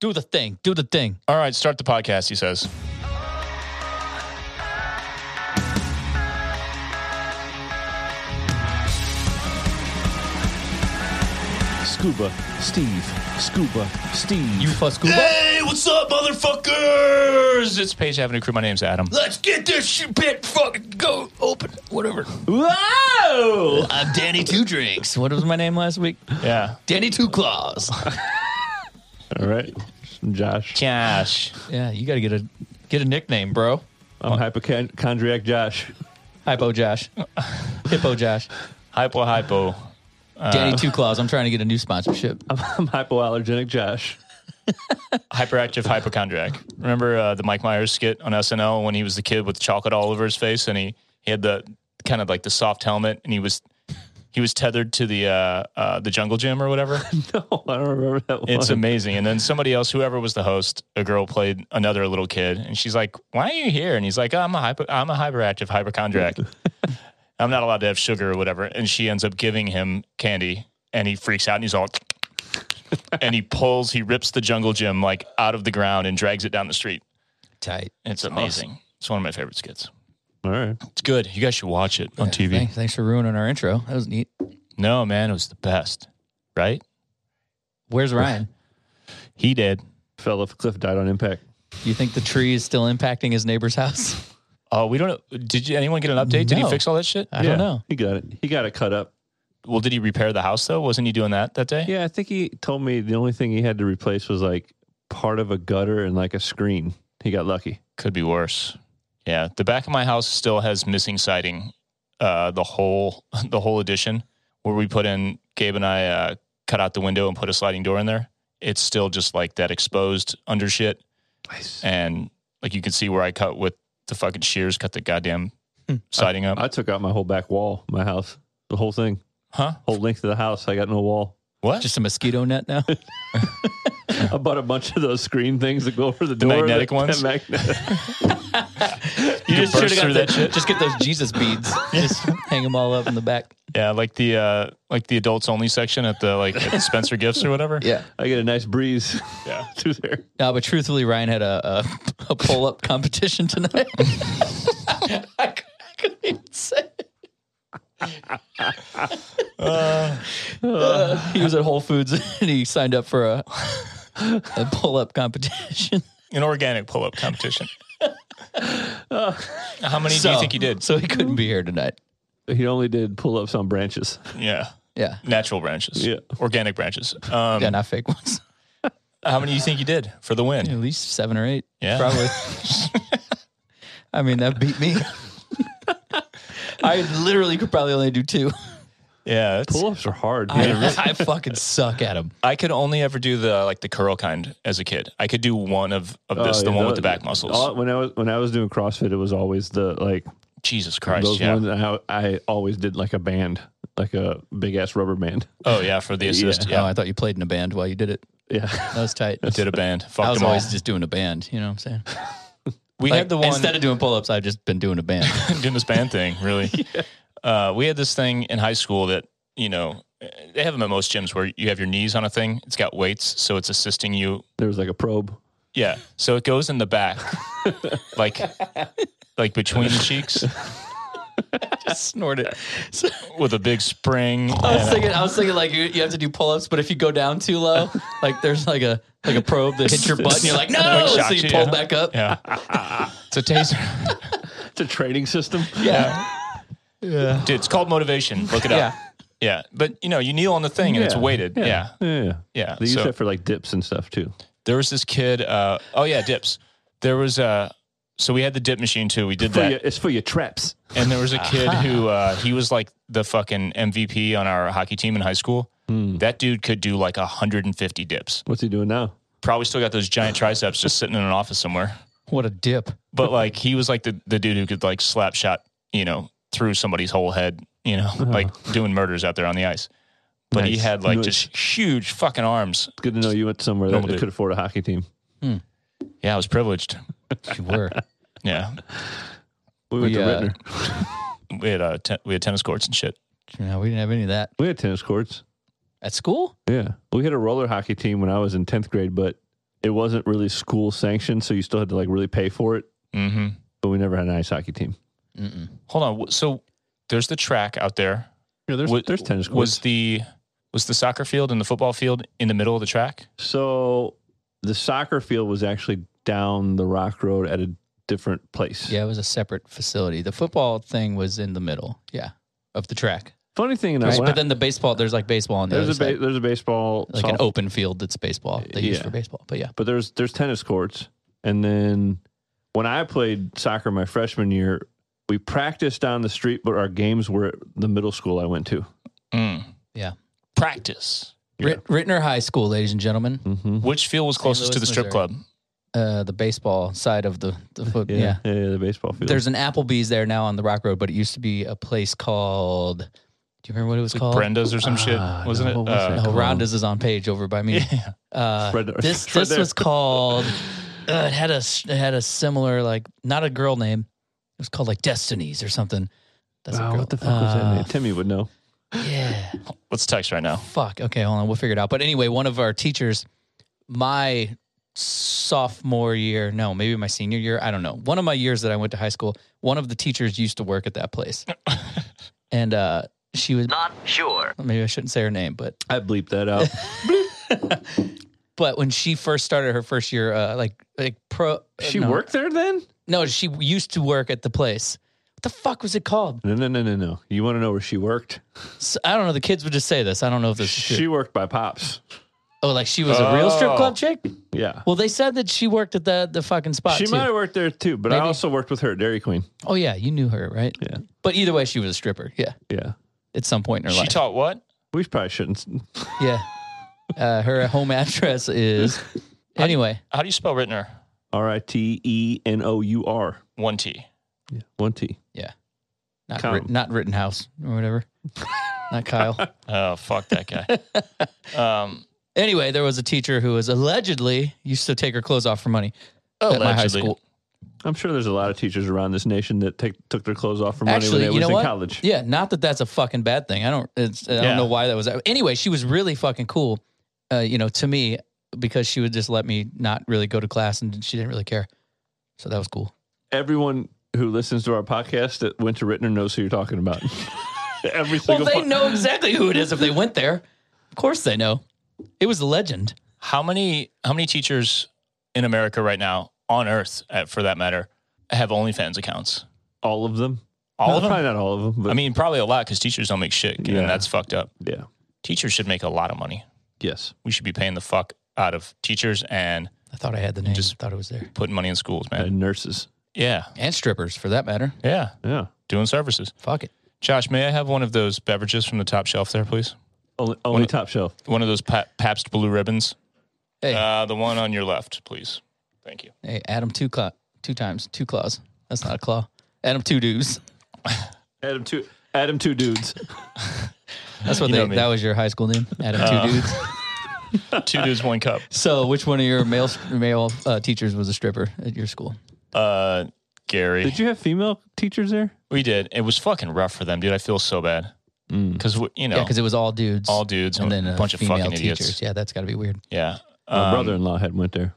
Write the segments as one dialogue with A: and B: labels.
A: Do the thing. Do the thing.
B: All right, start the podcast, he says.
C: Scuba Steve. Scuba Steve.
A: You fuss Scuba.
B: Hey, what's up, motherfuckers? It's Page Avenue Crew. My name's Adam. Let's get this shit bit fucking go open. Whatever.
C: Whoa!
A: I'm Danny Two Drinks. What was my name last week?
B: Yeah.
A: Danny Two Claws.
C: All right, Josh.
B: Cash.
A: yeah, you got to get a get a nickname, bro.
C: I'm hypochondriac Josh.
A: Hypo Josh. Hippo Josh.
B: Hypo hypo. Uh,
A: Danny Two Claws. I'm trying to get a new sponsorship.
C: I'm, I'm hypoallergenic Josh.
B: Hyperactive hypochondriac. Remember uh, the Mike Myers skit on SNL when he was the kid with chocolate all over his face and he, he had the kind of like the soft helmet and he was he was tethered to the uh, uh, the jungle gym or whatever.
C: No, I don't remember that one.
B: It's amazing. And then somebody else, whoever was the host, a girl played another little kid, and she's like, "Why are you here?" And he's like, "I'm a hyper, I'm a hyperactive hypochondriac. I'm not allowed to have sugar or whatever." And she ends up giving him candy, and he freaks out, and he's all, and he pulls, he rips the jungle gym like out of the ground and drags it down the street.
A: Tight.
B: It's amazing. It's one of my favorite skits.
C: All right.
B: It's good. You guys should watch it on TV.
A: Thanks, thanks for ruining our intro. That was neat.
B: No, man, it was the best. Right?
A: Where's Ryan?
B: He did.
C: Fell off a cliff, died on impact.
A: Do you think the tree is still impacting his neighbor's house?
B: Oh, we don't. Did you, anyone get an update? Did he
A: No.
B: fix all that shit?
A: I don't know.
C: He got it. He got it cut up.
B: Well, did he repair the house though? Wasn't he doing that that day?
C: Yeah, I think he told me the only thing he had to replace was like part of a gutter and like a screen. He got lucky.
B: Could be worse. Yeah, the back of my house still has missing siding. Uh, the whole the whole addition where we put in Gabe and I uh, cut out the window and put a sliding door in there. It's still just like that exposed under shit,
C: Nice.
B: and like you can see where I cut with the fucking shears, cut the goddamn siding up.
C: I took out my whole back wall, my house, the whole thing,
B: huh?
C: whole length of the house. I got no wall.
B: What?
A: Just a mosquito net now?
C: I bought a bunch of those screen things that go over the,
B: The
C: door.
B: magnetic ones?
C: magnetic.
B: you
A: Should've
B: just burst
A: got
B: through
A: the-
B: that shit.
A: Just get those Jesus beads. Just hang them all up in the back.
B: Yeah, like the uh, like the adults only section at the like at Spencer Gifts or whatever.
A: Yeah.
C: I get a nice breeze
B: Yeah.
C: through there.
A: No, Uh, but truthfully, Ryan had a a, a pull up competition tonight. I cou- I couldn't even say. it. Uh, he was at Whole Foods and he signed up for a a pull up competition.
B: an organic pull-up competition. How many do you think you did?
A: So he couldn't be here tonight.
C: He only did pull ups on branches.
B: Yeah,
A: Yeah,
B: natural branches.
C: Yeah.
B: organic branches. Um,
A: yeah, not fake ones.
B: How many do you think you did for the win?
A: At least seven or eight.
B: Yeah.
A: probably. I mean, that beat me. I literally could probably only do two.
B: Yeah, it's-
C: Pull ups are hard.
A: I,
C: man.
A: I fucking suck at them.
B: I could only ever do the like the curl kind as a kid. I could do one of of this,
C: Oh,
B: the
C: yeah, Oh.
B: one
C: no,
B: with the back muscles.
C: all- when I was when I was doing CrossFit, it was always the like
B: Jesus Christ!
C: those
B: yeah.
C: ones. That I, I always did like a band, like a big ass rubber band.
B: oh yeah, for the assist.
A: Oh,
B: Yeah,
A: I thought you played in a band while you did it.
C: Yeah,
A: That was tight.
B: did a band.
A: I
B: Fucked
A: Oh. was
B: them all.
A: always just doing a band. You know what I'm saying?
B: we
A: Like,
B: had the one
A: instead of doing pull ups, I've just been doing a band.
B: doing this band thing, really. Uh, we had this thing in high school that, you know, they have them at most gyms where you have your knees on a thing. It's got weights, so it's assisting you.
C: there was like a probe.
B: Yeah. So it goes in the back, like, like between the cheeks
A: just snort it. So,
B: with a big spring.
A: I was
B: and-
A: thinking, I was thinking, like you, you have to do pull ups, but if you go down too low, like there's like a like a probe that hits your butt, and you're like, no,
B: Like,
A: so
B: shocks
A: you
B: you,
A: pull
B: yeah.
A: back up.
B: yeah. It's a taser.
C: It's a training system.
A: Yeah,
B: Dude, it's called motivation. Look it
A: yeah.
B: up. Yeah. But, you know, you kneel on the thing and it's
C: Yeah.
B: weighted. Yeah.
C: yeah, yeah.
B: Yeah.
C: They use
B: So-
C: that for like dips and stuff too.
B: There was this kid. Uh, oh, yeah, dips. There was Uh, so we had the dip machine too. We did
C: For
B: that.
C: your, it's for your traps.
B: And there was a kid who uh, he was like the fucking MVP on our hockey team in high school. That dude could do like 150 dips.
C: What's he doing now?
B: Probably still got those giant triceps just sitting in an office somewhere.
A: What a dip.
B: But like he was like the, the dude who could like slap shot, you know, through somebody's whole head, you know, like doing murders out there on the ice. But he
C: Uh-huh. Nice.
B: had like
C: Nice.
B: just huge fucking arms.
C: It's good to know you went somewhere that
B: Normal dude.
C: could afford a hockey team.
B: Yeah, I was privileged.
A: You were.
B: Yeah.
C: We went
A: We,
C: to
A: uh,
C: Rittner.
B: We had uh, te- we had tennis courts and shit.
A: No, we didn't have any of that
C: We had tennis courts.
A: at school.
C: Yeah, we had a roller hockey team when I was in tenth grade, but it wasn't really school sanctioned, so you still had to like really pay for it.
B: Mm-hmm.
C: But we never had an ice hockey team.
A: Mm-mm.
B: Hold on. wh- So there's the track out there.
C: Yeah, there's
B: Wa-
C: there's tennis courts.
B: Was the was the soccer field and the football field in the middle of the track?
C: so the soccer field was actually down the rock road at a different place.
A: Yeah, it was a separate facility. The football thing was in the middle. Yeah, of the track.
C: Funny thing, though,
A: Right,
C: when
A: but
C: I-
A: then the baseball, there's like baseball on the
C: there's
A: other
C: a ba-
A: side,
C: there's a baseball
A: like an
C: soft-
A: open field that's baseball they use
C: Yeah.
A: for baseball. But yeah,
C: but there's there's tennis courts and then when i played soccer my freshman year we practiced down the street but our games were at the middle school i went to
B: Mm.
A: Yeah.
B: Practice.
C: Yeah.
A: Rit- Rittner High School, ladies and gentlemen,
C: mm-hmm.
B: Which field was closest to
A: Louis,
B: the strip
A: Missouri.
B: club?
A: uh, the baseball side of the the foot.
C: yeah,
A: Yeah.
C: yeah. the baseball field
A: there's an Applebee's there now on the Rock Road, but it used to be a place called. Do you remember what it was
B: It's like
A: called?
B: Brenda's or some shit,
C: Ah,
B: wasn't
C: no,
B: it? Uh,
C: what was
A: No,
C: that? called?
A: Rhonda's is on page over by me.
B: yeah.
A: Uh,
C: Fred-
A: this
C: Fred
A: this
C: there.
A: was called. Uh, it had a s- it had a similar like not a girl name. It was called like Destinies or something. That's a
C: Oh,
A: girl.
C: what the fuck was that
A: Uh,
C: name? timmy would know
A: Yeah.
B: Let's text right now.
A: Oh, Fuck. Okay, hold on. We'll figure it out. But anyway, one of our teachers, my sophomore year, no, maybe my senior year, I don't know. One of my years that I went to high school, one of the teachers used to work at that place. and uh, she was not sure. Maybe I shouldn't say her name, but
C: i bleeped that out
A: but when she first started her first year, uh, like like pro,
C: she
A: no.
C: worked there then
A: No, she used to work at the place. What the fuck was it called?
C: no no no no no you want to know where she worked
A: So, I don't know. The kids would just say this. I don't know if this is true.
C: she worked by pops
A: oh, like she was a real strip
B: Oh.
A: club chick.
C: yeah
A: Well, they said that she worked at the the fucking spot.
C: she
A: too.
C: might have worked there too but i
A: Maybe.
C: also worked with her at dairy queen
A: Oh yeah, you knew her, right?
C: Yeah.
A: But either way, she was a stripper. Yeah.
C: yeah
A: At some point in her
B: She
A: life.
B: taught what?
C: we probably shouldn't
A: yeah. Uh, her home address is. Anyway,
B: How do you spell Rittner?
C: E r-i-t-e-n-o-u-r
B: One T.
C: yeah one t
A: not
C: Come.
A: writ- not Rittenhouse or whatever. not Kyle.
B: Oh fuck that guy. um,
A: Anyway, there was a teacher who was allegedly used to take her clothes off for money at my high
B: Allegedly.
A: school.
C: I'm sure there's a lot of teachers around this nation that take, took their clothes off for money
A: Actually,
C: when they
A: you
C: was
A: know
C: in
A: what?
C: college.
A: Yeah, not that that's a fucking bad thing. I don't. It's, I
B: Yeah.
A: don't know why that was. Anyway, she was really fucking cool. Uh, you know, to me, because she would just let me not really go to class, and she didn't really care. So that was cool.
C: Everyone who listens to our podcast that went to Rittner knows who you're talking about. Every
A: Well,
C: single
A: they
C: one.
A: know exactly who it is if they went there. Of course, they know. It was a legend.
B: How many how many teachers in America right now, on Earth uh, for that matter, have OnlyFans accounts?
C: all of them.
B: All
C: No,
B: of them.
C: Probably not all of them, but
B: I mean, probably a lot because teachers don't make shit,
C: Yeah.
B: and that's fucked up.
C: yeah,
B: Teachers should make a lot of money.
C: yes.
B: We should be paying the fuck out of teachers and
A: I thought I had the name.
B: Just-
A: Just thought it was there.
B: putting money in schools, man.
C: And nurses.
B: Yeah,
A: And strippers, for that matter.
B: yeah,
C: Yeah.
B: doing services.
A: Fuck it.
B: Josh, may I have one of those beverages from the top shelf there, please?
C: Only, only top shelf.
B: One of those pa- Pabst Blue Ribbons.
A: Hey,
B: Uh, the one on your left, please. Thank you.
A: hey, Adam two claw, two times, two claws. That's not a claw. Adam two dudes.
C: Adam two. Adam two dudes.
A: That's what
B: You know
A: they.
B: me. Uh.
A: That was your high school name, Adam two dudes.
B: Two dudes, one cup.
A: So, which one of your male male uh, teachers was a stripper at your school?
B: Uh, Gary.
C: Did you have female teachers there?
B: We did. It was fucking rough for them, dude. I feel so bad
C: Mm.
B: because you know
A: Yeah, because it was all dudes,
B: all dudes
A: and then
B: a
A: a
B: bunch of
A: female
B: fucking
A: teachers.
B: idiots.
A: Yeah, Mm-hmm. that's got to be weird.
B: Yeah,
C: My
B: Um,
C: brother-in-law had went there.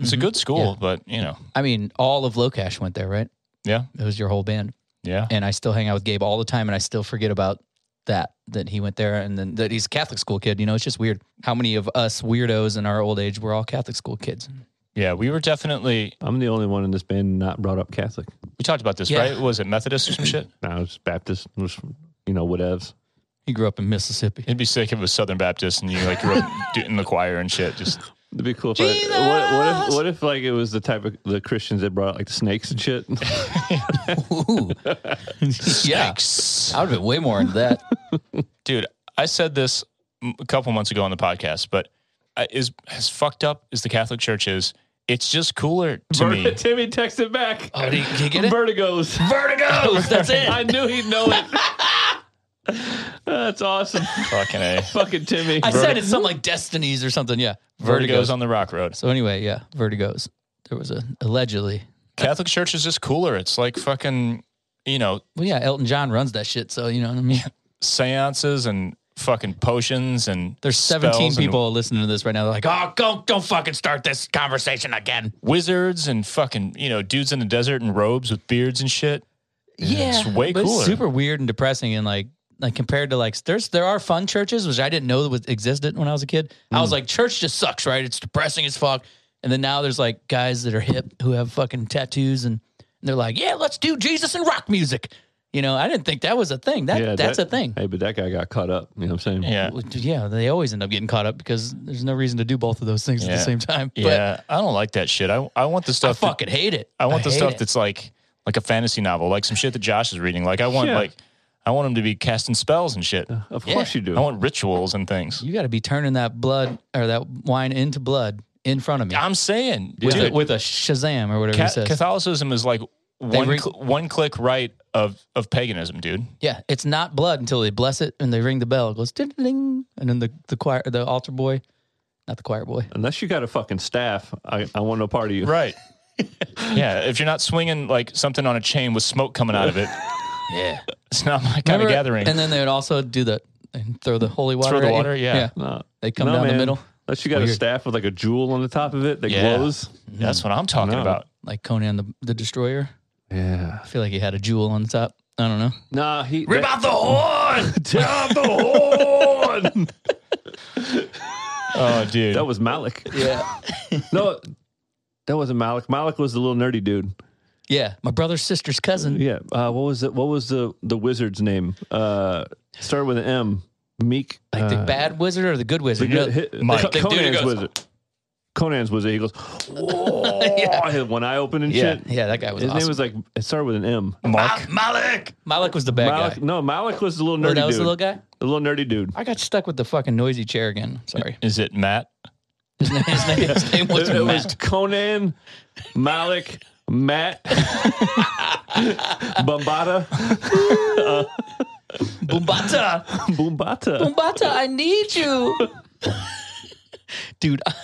B: It's a good school, but you know,
A: I mean, all of Locash went there, right?
B: yeah,
A: It was your whole band,
B: yeah.
A: and I still hang out with Gabe all the time, and I still forget about that that he went there, and then that he's a Catholic school kid. You know, it's just weird how many of us weirdos in our old age were all Catholic school kids.
B: Yeah, we were definitely.
C: I'm the only one in this band not brought up Catholic.
B: We talked about this,
A: Yeah.
B: right? Was it Methodist or some shit?
C: I was Baptist. Was you know whatevs.
A: He grew up in Mississippi.
B: It'd be sick if it was Southern Baptist and you like grew up do- in the choir and shit. Just
C: It'd be cool if I, what, what if what if like it was the type of the Christians that brought like the snakes and shit.
A: Ooh. yeah,
B: Yikes.
A: I would have been way more into that.
B: dude. I said this m- a couple months ago on the podcast, but I, is as fucked up as the Catholic Church is. It's just cooler to
C: Ver-
B: me.
C: Timmy texted back.
A: Oh, did he, did he get it?
C: Vertigo's.
A: Vertigos. That's it.
C: I knew he'd know it. That's awesome.
B: Fucking a.
C: Fucking Timmy.
A: I said it's something like Destinies or something. Yeah.
B: Vertigo's on the rock road.
A: So anyway, yeah, Vertigo's. There was a allegedly.
B: Catholic Church is just cooler. It's like fucking, you know,
A: Well, yeah, Elton John runs that shit, so you know what I mean.
B: seances and fucking potions and
A: There's 17
B: spells and
A: people listening to this right now. They're like, oh, don't, don't fucking start this conversation again.
B: wizards and fucking you know dudes in the desert in robes with beards and shit. it's way
A: but
B: cooler.
A: super weird and depressing and like like compared to like there's there are fun churches which I didn't know was existed when I was a kid. I
B: Hmm.
A: was like church just sucks, right? It's depressing as fuck. And then now there's like guys that are hip who have fucking tattoos and, and they're like, yeah, let's do Jesus and rock music. You know, I didn't think that was a thing. That
C: Yeah,
A: that's
C: that-
A: a thing.
C: Hey, but that guy got caught up. You know what I'm saying?
B: Yeah,
A: Well, yeah, they always end up getting caught up because there's no reason to do both of those things at the
B: Yeah.
A: same time. But
B: yeah. I don't like that shit. I I want the
A: I
B: stuff. that-
A: fucking hate it.
B: I want the
A: hate
B: stuff
A: it.
B: that's like like a fantasy novel, like some shit that Josh is reading. Like I want
C: Yeah.
B: like I want him to be casting spells and shit. I
C: Of
A: Yeah.
C: course you do.
B: want rituals and things.
A: you got to be turning that blood or that wine into blood in front of me.
B: I'm saying,
A: with,
B: dude,
A: a, with a Shazam or whatever
B: Ca-
A: he says.
B: Catholicism is like one
A: re-
B: cl- one click right of of paganism, dude.
A: yeah, it's not blood until they bless it and they ring the bell. It goes ding ding, and then the the choir, the altar boy, not the choir boy.
C: Unless you got a fucking staff, I, I want no part of you.
B: Right. yeah, if you're not swinging like something on a chain with smoke coming out of it,
A: Yeah,
B: it's not my kind
A: Remember,
B: of gathering.
A: And then they would also do the and throw the holy water.
B: the
A: at you.
B: water, yeah.
C: No,
A: They come
C: No,
A: down the
C: man.
A: middle
C: Unless you got a
A: Weird.
C: staff with like a jewel on the top of it that
B: Yeah.
C: glows.
B: That's what I'm talking
C: No.
B: about.
A: like Conan the the Destroyer.
C: Yeah.
A: I feel like he had a jewel on the top. I don't know.
C: Nah, he
B: Rip
C: that-
B: out the horn.
C: Tear out the horn.
B: oh, dude.
C: that was Malik.
A: Yeah,
C: No, that wasn't Malik. Malik was the little nerdy dude.
A: yeah. My brother's sister's cousin.
C: Yeah. Uh, what was it? What was the the wizard's name? Uh, started with an M. Meek.
A: Like the
C: uh,
A: bad wizard or the good
C: the
A: wizard. You know,
C: good- hit-
B: Mike.
C: Co-
A: The dude who
C: Conan's
A: goes-
C: wizard. Conan's wizard. He goes, "Whoa!" Hit one eye open and
A: yeah,
C: shit.
A: yeah. That guy was
C: His
A: awesome.
C: name was like it started with an M.
B: Mark.
A: Malik. Malik was the bad
C: Malik,
A: guy.
C: No, Malik was the little
A: Oh,
C: nerdy
A: that was
C: dude.
A: the little guy.
C: the little nerdy dude.
A: I got stuck with the fucking noisy chair again. Sorry.
B: Is it Matt?
A: His name, his name, his name was
C: It, it
A: Matt.
C: was Conan, Malik, Matt, Bombata,
A: Bumbata.
C: Boombata.
A: Bumbata, I need you. Dude, I,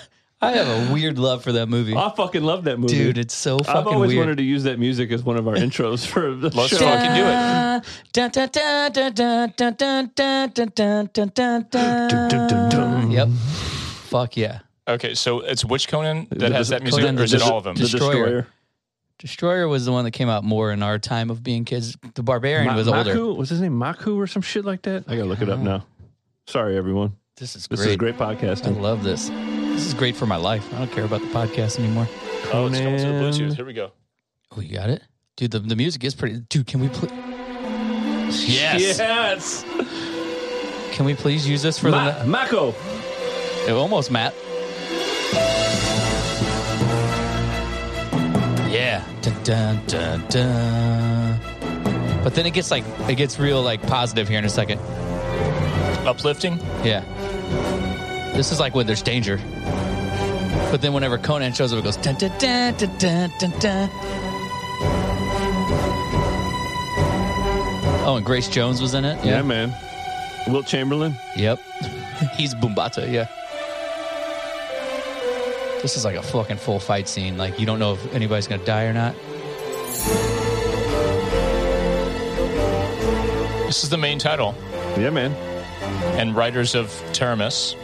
A: I have a weird love for that movie.
C: I fucking love that movie.
A: Dude, it's so fucking
C: I've always
A: weird.
C: wanted to use that music as one of our intros for the
B: Let's
C: show.
B: fucking do it.
A: Dun, dun, dun, dun, dun, dun, dun, dun, dun, dun, dun, dun,
C: Dun, dun, dun, dun.
A: dun. Yep. Fuck yeah.
B: Okay, so it's which Conan that
C: The-
B: has
C: the-
B: that music,
A: Conan
B: or is
A: the-
B: it all of them?
C: The
A: Destroyer.
C: Destroyer.
A: Destroyer was the one that came out more in our time of being kids. The Barbarian
C: Ma-
A: was
C: Maku?
A: older.
C: Was his name Maku or some shit like that? I gotta look it up now. Sorry, everyone.
A: This is
C: This
A: great.
C: is great
A: I
C: podcasting.
A: love this. This is great for my life. I don't care about the podcast anymore.
B: Oh, it's coming to the
C: Conan.
B: Bluetooth. Here we go.
A: Oh, you got it? Dude, the, the music is pretty. Dude, can we pl-
B: Yes.
C: Yes.
A: can we please use this for
C: Ma-
A: the
C: Mako.
A: It almost Matt. Yeah. Dun, dun, dun, dun. But then it gets like it gets real like positive here in a second.
B: Uplifting.
A: Yeah. This is like when there's danger. But then whenever Conan shows up, it goes dun dun dun dun dun dun. dun. Oh, and Grace Jones was in it.
C: Yeah, man. Wilt Chamberlain.
A: Yep. He's Bumbata, yeah. This is like a fucking full fight scene. Like, you don't know if anybody's going to die or not.
B: This is the main title.
C: Yeah, man.
B: And Writers of Terminus.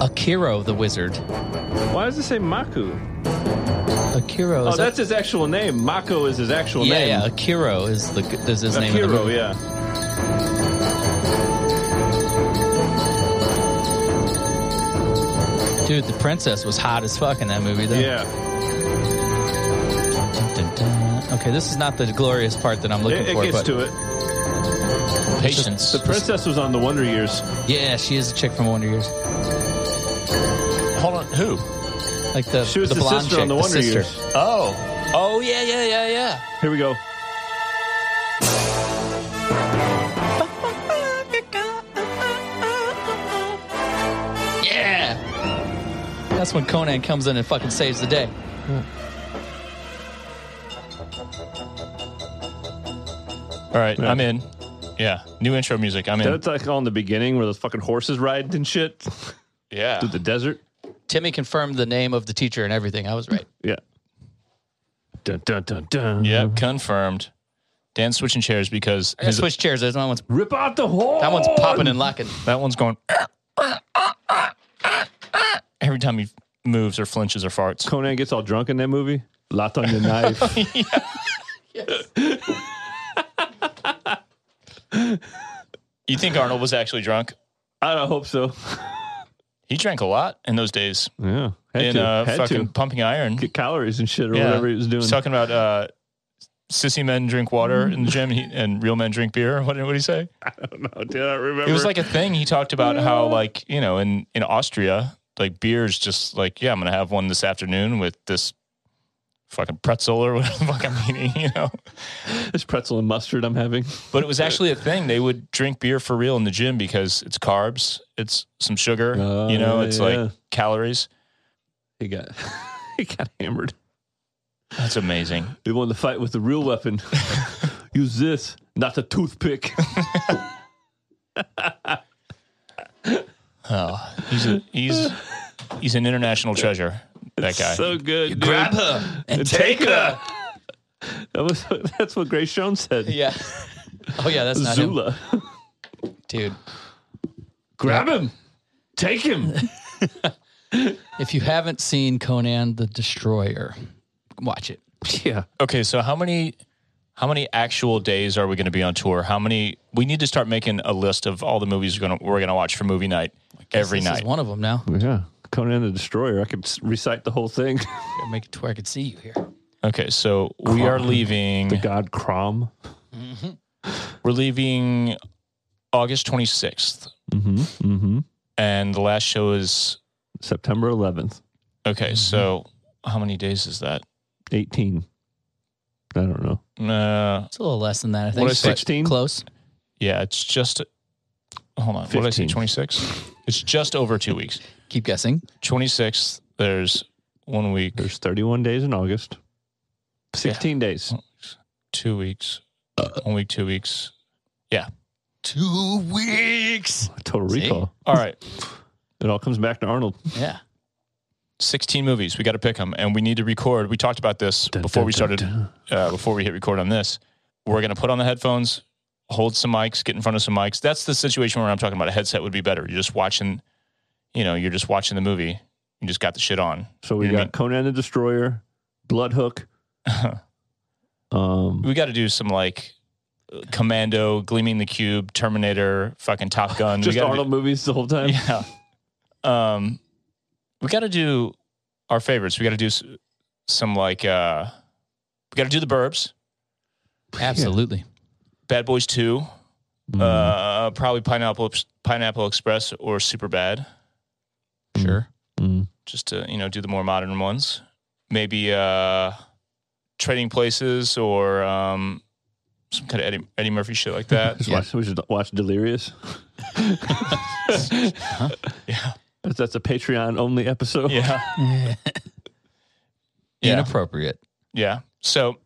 A: Akiro the Wizard.
C: Why does it say Maku?
A: Akiro is.
C: oh, that's his actual name. Mako is his actual
A: yeah,
C: name.
A: yeah. Akiro is, the, is his name. in the
C: Akiro,
A: movie.
C: yeah.
A: Dude, the princess was hot as fuck in that movie, though.
C: Yeah.
A: Dun, dun, dun. Okay, this is not the glorious part that I'm looking
C: It, it
A: for.
C: gets
A: but
C: to it.
B: Patience.
C: The princess was on the Wonder Years.
A: Yeah, she is a chick from Wonder Years.
B: Hold on. Who?
A: Like the,
C: She was
A: the
C: the,
A: blonde
C: sister
A: chick,
C: on the
A: the
C: Wonder
A: sister.
C: Years.
B: Oh.
A: Oh, yeah, yeah, yeah, yeah.
C: Here we go.
A: Yeah. That's when Conan comes in and fucking saves the day.
B: All right. I'm in. Yeah. New intro music. I'm in.
C: That's like on the beginning where those fucking horses ride and shit
B: yeah.
C: through the desert.
A: Timmy confirmed the name of the teacher and everything. I was right.
C: Yeah. Dun dun dun dun.
B: Yep. Confirmed. Dan's switching chairs because
A: I gotta
B: his,
A: switch chairs. That one's
C: Rip out the horn.
A: that one's
B: Oh.
A: popping and locking.
B: that one's going every time he moves or flinches or farts.
C: Conan gets all drunk in that movie. Lot on the knife.
B: You think Arnold was actually drunk?
C: I don't hope so.
B: He drank a lot in those days
C: Yeah. Had
B: in
C: to.
B: uh,
C: had
B: fucking
C: to.
B: pumping iron.
C: Get calories and shit or
B: Yeah.
C: whatever he was doing.
B: He's talking about uh, sissy men drink water in the gym and, he, and real men drink beer. What did what did he say?
C: Oh, dude, I remember.
B: It was like a thing. He talked about how, like, you know, in, in Austria, like beer's just like, yeah, I'm going to have one this afternoon with this fucking pretzel or whatever the fuck I'm eating, you know?
C: this pretzel and mustard I'm having.
B: But it was actually a thing. They would drink beer for real in the gym because it's carbs, it's some sugar,
C: Oh,
B: you know,
C: yeah,
B: it's
C: yeah.
B: like calories.
C: He got he got hammered.
B: That's amazing.
C: He won the fight with the real weapon. Use this, not the toothpick.
B: Oh, he's a, he's he's an international treasure. That guy.
C: so good. dude.
A: her and
C: take her. That was that's what Grace Jones said.
A: Yeah. Oh yeah, that's not him,
C: Zula.
A: dude.
C: Grab him. Take him.
A: If you haven't seen Conan the Destroyer, watch it.
C: yeah.
B: okay, so how many how many actual days are we going to be on tour? How many? We need to start making a list of all the movies we're going to we're going to watch for movie night every
A: this
B: night.
A: is one of them now.
C: Yeah. Conan the Destroyer. I could s- recite the whole thing.
A: Gotta Make it to where I could see you here.
B: Okay, so we are leaving.
C: the god Crom.
B: we're leaving August twenty sixth,
C: Mm-hmm. Mm-hmm.
B: and the last show is
C: September 11th,
B: okay.
A: Mm-hmm.
B: So how many days is that?
C: 18. I don't know.
B: Uh,
A: It's a little less than that, I think.
B: What is
A: but
C: 16?
A: Close.
B: yeah, it's just. Hold on, what did I say?
C: 15th.
B: Twenty six. It's just over two weeks.
A: Keep guessing.
B: 26th, there's one week,
C: There's 31 days in August. 16 days.
B: two weeks, one week, two weeks.
A: Two weeks.
C: Total
A: See?
C: recall.
B: All right.
C: It all comes back to Arnold.
A: Yeah.
B: 16 movies. We got to pick them and we need to record. We talked about this before we started, uh, before we hit record on this. We're going to put on the headphones, hold some mics, get in front of some mics. That's the situation where I'm talking about a headset would be better. You're just watching, you know, you're just watching the movie. You just got the shit on.
C: So we
B: You know what I
C: got
B: mean?
C: Conan the Destroyer, Bloodhook. um,
B: We got to do some like uh, Commando, Gleaming the Cube, Terminator, fucking Top Gun. We
C: just
B: gotta do-
C: Arnold movies the whole time.
B: Yeah. Um, we got to do our favorites. We got to do s- some like uh, we got to do the Burbs,
A: Absolutely.
B: Bad Boys Two,
C: Mm.
B: uh, probably Pineapple Pineapple Express or Super Bad.
A: Sure.
C: Mm.
B: Just to you know do the more modern ones. Maybe uh, Trading Places or um, some kind of Eddie, Eddie Murphy shit like that.
C: Just watch, we should watch Delirious.
B: yeah.
C: That's- That's a Patreon only episode.
B: Yeah. Yeah.
A: Inappropriate.
B: Yeah. So,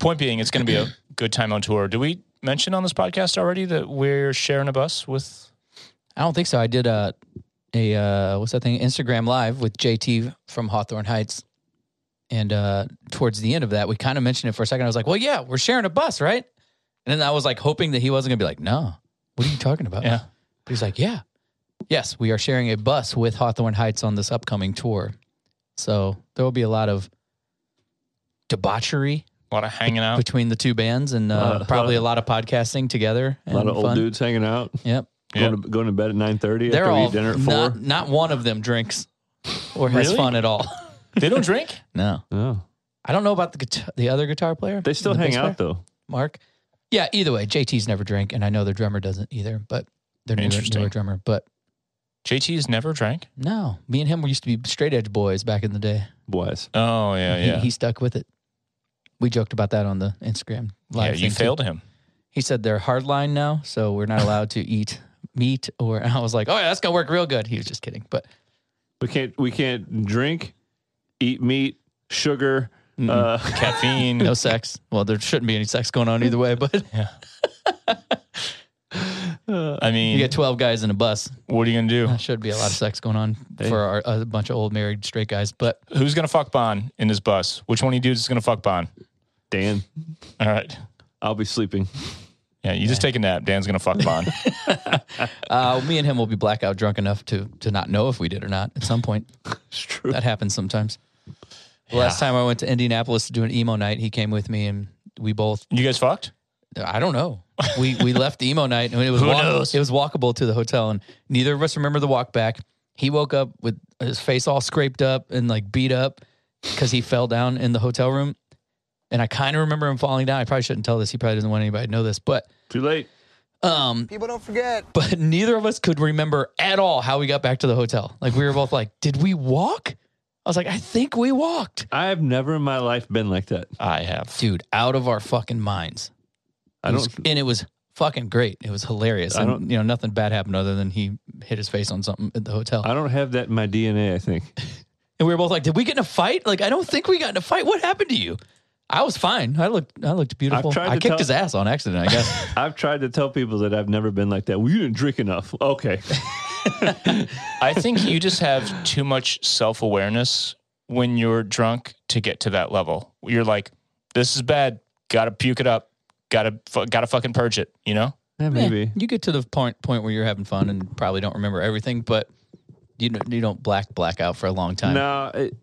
B: point being, it's going to be a good time on tour. Do we mention on this podcast already that we're sharing a bus with?
A: I don't think so. I did a a uh, what's that thing? Instagram live with JT from Hawthorne Heights. And uh, towards the end of that, we kind of mentioned it for a second. I was like, "Well, yeah, we're sharing a bus, right?" And then I was like hoping that he wasn't gonna be like, "No, what are you talking about?"
B: Yeah.
A: But he's like, "Yeah, yes, we are sharing a bus with Hawthorne Heights on this upcoming tour." So there will be a lot of debauchery
B: A lot of hanging out.
A: between the two bands, and uh,
C: Uh,
A: probably a lot of podcasting together.
C: A
A: And
C: lot of old
A: fun.
C: dudes hanging out,
A: Yep.
B: Yeah.
C: going, to, going to bed at 9.30
A: They're
C: after we
A: all
C: eat dinner at 4.
A: not, not one of them drinks or has
B: Really?
A: fun at all.
B: They don't drink.
A: No,
C: Oh.
A: I don't know about the guitar, the other guitar player.
C: They still
A: the
C: hang
A: bass
C: out,
A: player,
C: though.
A: Mark. Yeah. Either way, JT's never drank, and I know their drummer doesn't either. But their newer,
B: Interesting.
A: newer drummer. But
B: JT's never drank.
A: no, me and him were used to be straight edge boys back in the day.
C: Wise.
B: Oh yeah,
A: He-
B: yeah.
A: He, stuck with it. We joked about that on the Instagram
B: yeah,
A: live.
B: you
A: thing, too.
B: failed him.
A: He said they're hardline now, so we're not allowed to eat meat. Or and I was like, oh yeah, that's gonna work real good. He was just kidding, but
C: We can't, we can't drink, eat meat, sugar.
A: Mm-mm.
C: Uh,
B: Caffeine.
A: no sex. Well, there shouldn't be any sex going on either way, but.
B: I mean,
A: You get 12 guys in a bus.
B: what are you gonna do?
A: That should be a lot of sex going on
C: Hey.
A: for our, a bunch of old married straight guys. But
B: Who's gonna fuck Bond in this bus? Which one of you dudes is gonna fuck Bond?
C: Dan.
B: All right.
C: I'll be sleeping.
B: Yeah, you just take a nap. Dan's gonna fuck mine.
A: Uh, me and him will be blackout drunk enough to to not know if we did or not at some point.
C: It's true.
A: That happens sometimes. The last time I went to Indianapolis to do an emo night, he came with me and we both
B: you guys fucked?
A: I don't know. We we left the emo night and it was
B: Who
A: walk-
B: knows?
A: it was walkable to the hotel and neither of us remember the walk back. He woke up with his face all scraped up and like beat up because he fell down in the hotel room. And I kind of remember him falling down. I probably shouldn't tell this. He probably doesn't want anybody to know this, but
C: Too late.
A: um
D: People don't forget.
A: but neither of us could remember at all how we got back to the hotel. Like we were both like, "Did we walk?" I was like, "I think we walked."
C: I have never in my life been like that.
B: I have.
A: Dude, out of our fucking minds.
C: I
A: It was-
C: don't.
A: and it was fucking great. It was hilarious.
C: I
A: and
C: don't-
A: you know, nothing bad happened other than he hit his face on something at the hotel.
C: I don't have that in my DNA. I think.
A: and we were both like, "Did we get in a fight?" Like, I don't think we got in a fight. What happened to you? I was fine. I looked, I looked beautiful.
C: tried
A: I
C: to
A: kicked
C: tell-
A: his ass on accident. I guess
C: I've tried to tell people that I've never been like that. Well, you didn't drink enough. Okay.
B: I think you just have too much self awareness when you're drunk to get to that level. You're like, this is bad. Gotta puke it up. Gotta fu- gotta fucking purge it. You know?
C: Yeah, maybe.
A: Eh, you get to the point point where you're having fun and probably don't remember everything, but you don't, you don't black black out for a long time.
C: No, it,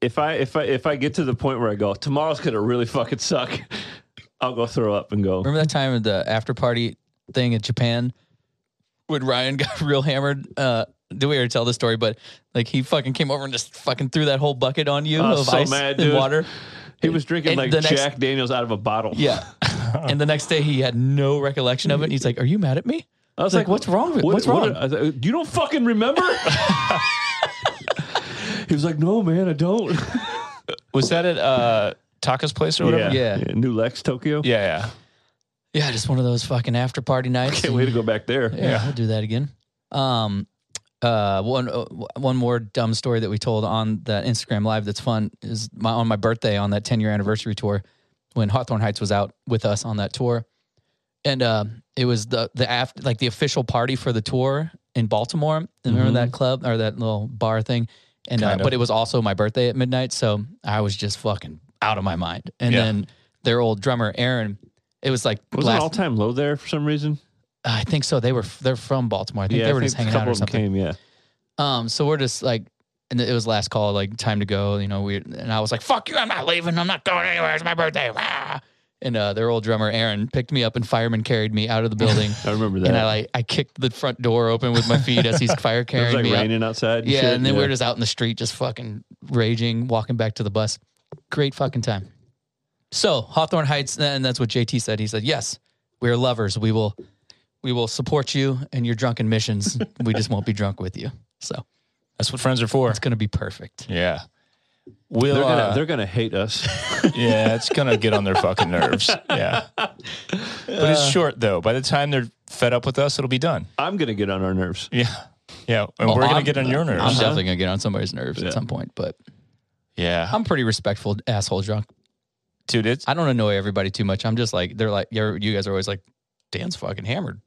C: if I if I if I get to the point where I go, tomorrow's gonna really fucking suck. I'll go throw up and go.
A: Remember that time at the after party thing at Japan when Ryan got real hammered? Uh, did we ever tell the story? But like he fucking came over and just fucking threw that whole bucket on you
C: I was
A: of
C: Oh, so
A: ice
C: mad,
A: and
C: dude.
A: water.
C: He was drinking
A: And
C: like
A: the next-
C: Jack Daniels out of a bottle.
A: Yeah. and the next day he had no recollection of it. And he's like, "Are you mad at me?"
C: I was
A: Like, what's wrong with- what's wrong?
C: I was like, you don't fucking remember. he was like, no, man, I don't.
B: Was that at uh, Taka's place or whatever?
A: Yeah.
C: New Lex Tokyo.
B: Yeah, yeah.
A: Yeah, just one of those fucking after party nights.
C: Can't wait to go back there.
A: Yeah, we'll do that again. Um, uh, one uh, one more dumb story that we told on that Instagram live that's fun is my on my birthday on that ten year anniversary tour when Hawthorne Heights was out with us on that tour, and uh, it was the the after like the official party for the tour in Baltimore. And
C: Mm-hmm.
A: Remember that club or that little bar thing, and uh,
B: Kinda.
A: but it was also my birthday at midnight, so I was just fucking out of my mind. And
B: Yeah.
A: then their old drummer Aaron, it was like
C: Was it
A: last-
C: all time low there for some reason?
A: I think so. They were they're from Baltimore. I think
C: yeah,
A: they were
C: I think
A: just hanging
C: a couple
A: out or
C: of them
A: something.
C: came. Yeah,
A: Um, so we're just like, and it was last call, like time to go. You know, we and I was like, "Fuck you! I'm not leaving. I'm not going anywhere. It's my birthday." Wah! And uh, their old drummer Aaron picked me up, and fireman carried me out of the building.
C: I remember that.
A: and I like I kicked the front door open with my feet as he's fire
C: it was
A: carrying
C: like
A: me. up.
C: raining outside.
A: Yeah,
C: shit.
A: and then we we're just out in the street, just fucking raging, walking back to the bus. Great fucking time. So Hawthorne Heights, and that's what JT said. He said, "Yes, we are lovers. We will, we will support you and your drunken missions. we just won't be drunk with you. So
B: That's what friends are for.
A: it's gonna be perfect."
B: Yeah. We'll,
C: they're
B: uh,
C: gonna they're gonna hate us.
B: yeah, it's gonna get on their fucking nerves. Yeah, but it's
A: Uh,
B: short though. By the time they're fed up with us, it'll be done.
C: I'm gonna get on our nerves.
B: Yeah, yeah, and
A: Well,
B: we're gonna
A: I'm-
B: get on your nerves. Uh-huh.
A: I'm definitely gonna get on somebody's nerves at some point, but
B: yeah,
A: I'm pretty respectful asshole drunk.
B: dude, it's
A: I don't annoy everybody too much. I'm just like they're like you're, you guys are always like, "Dan's fucking hammered."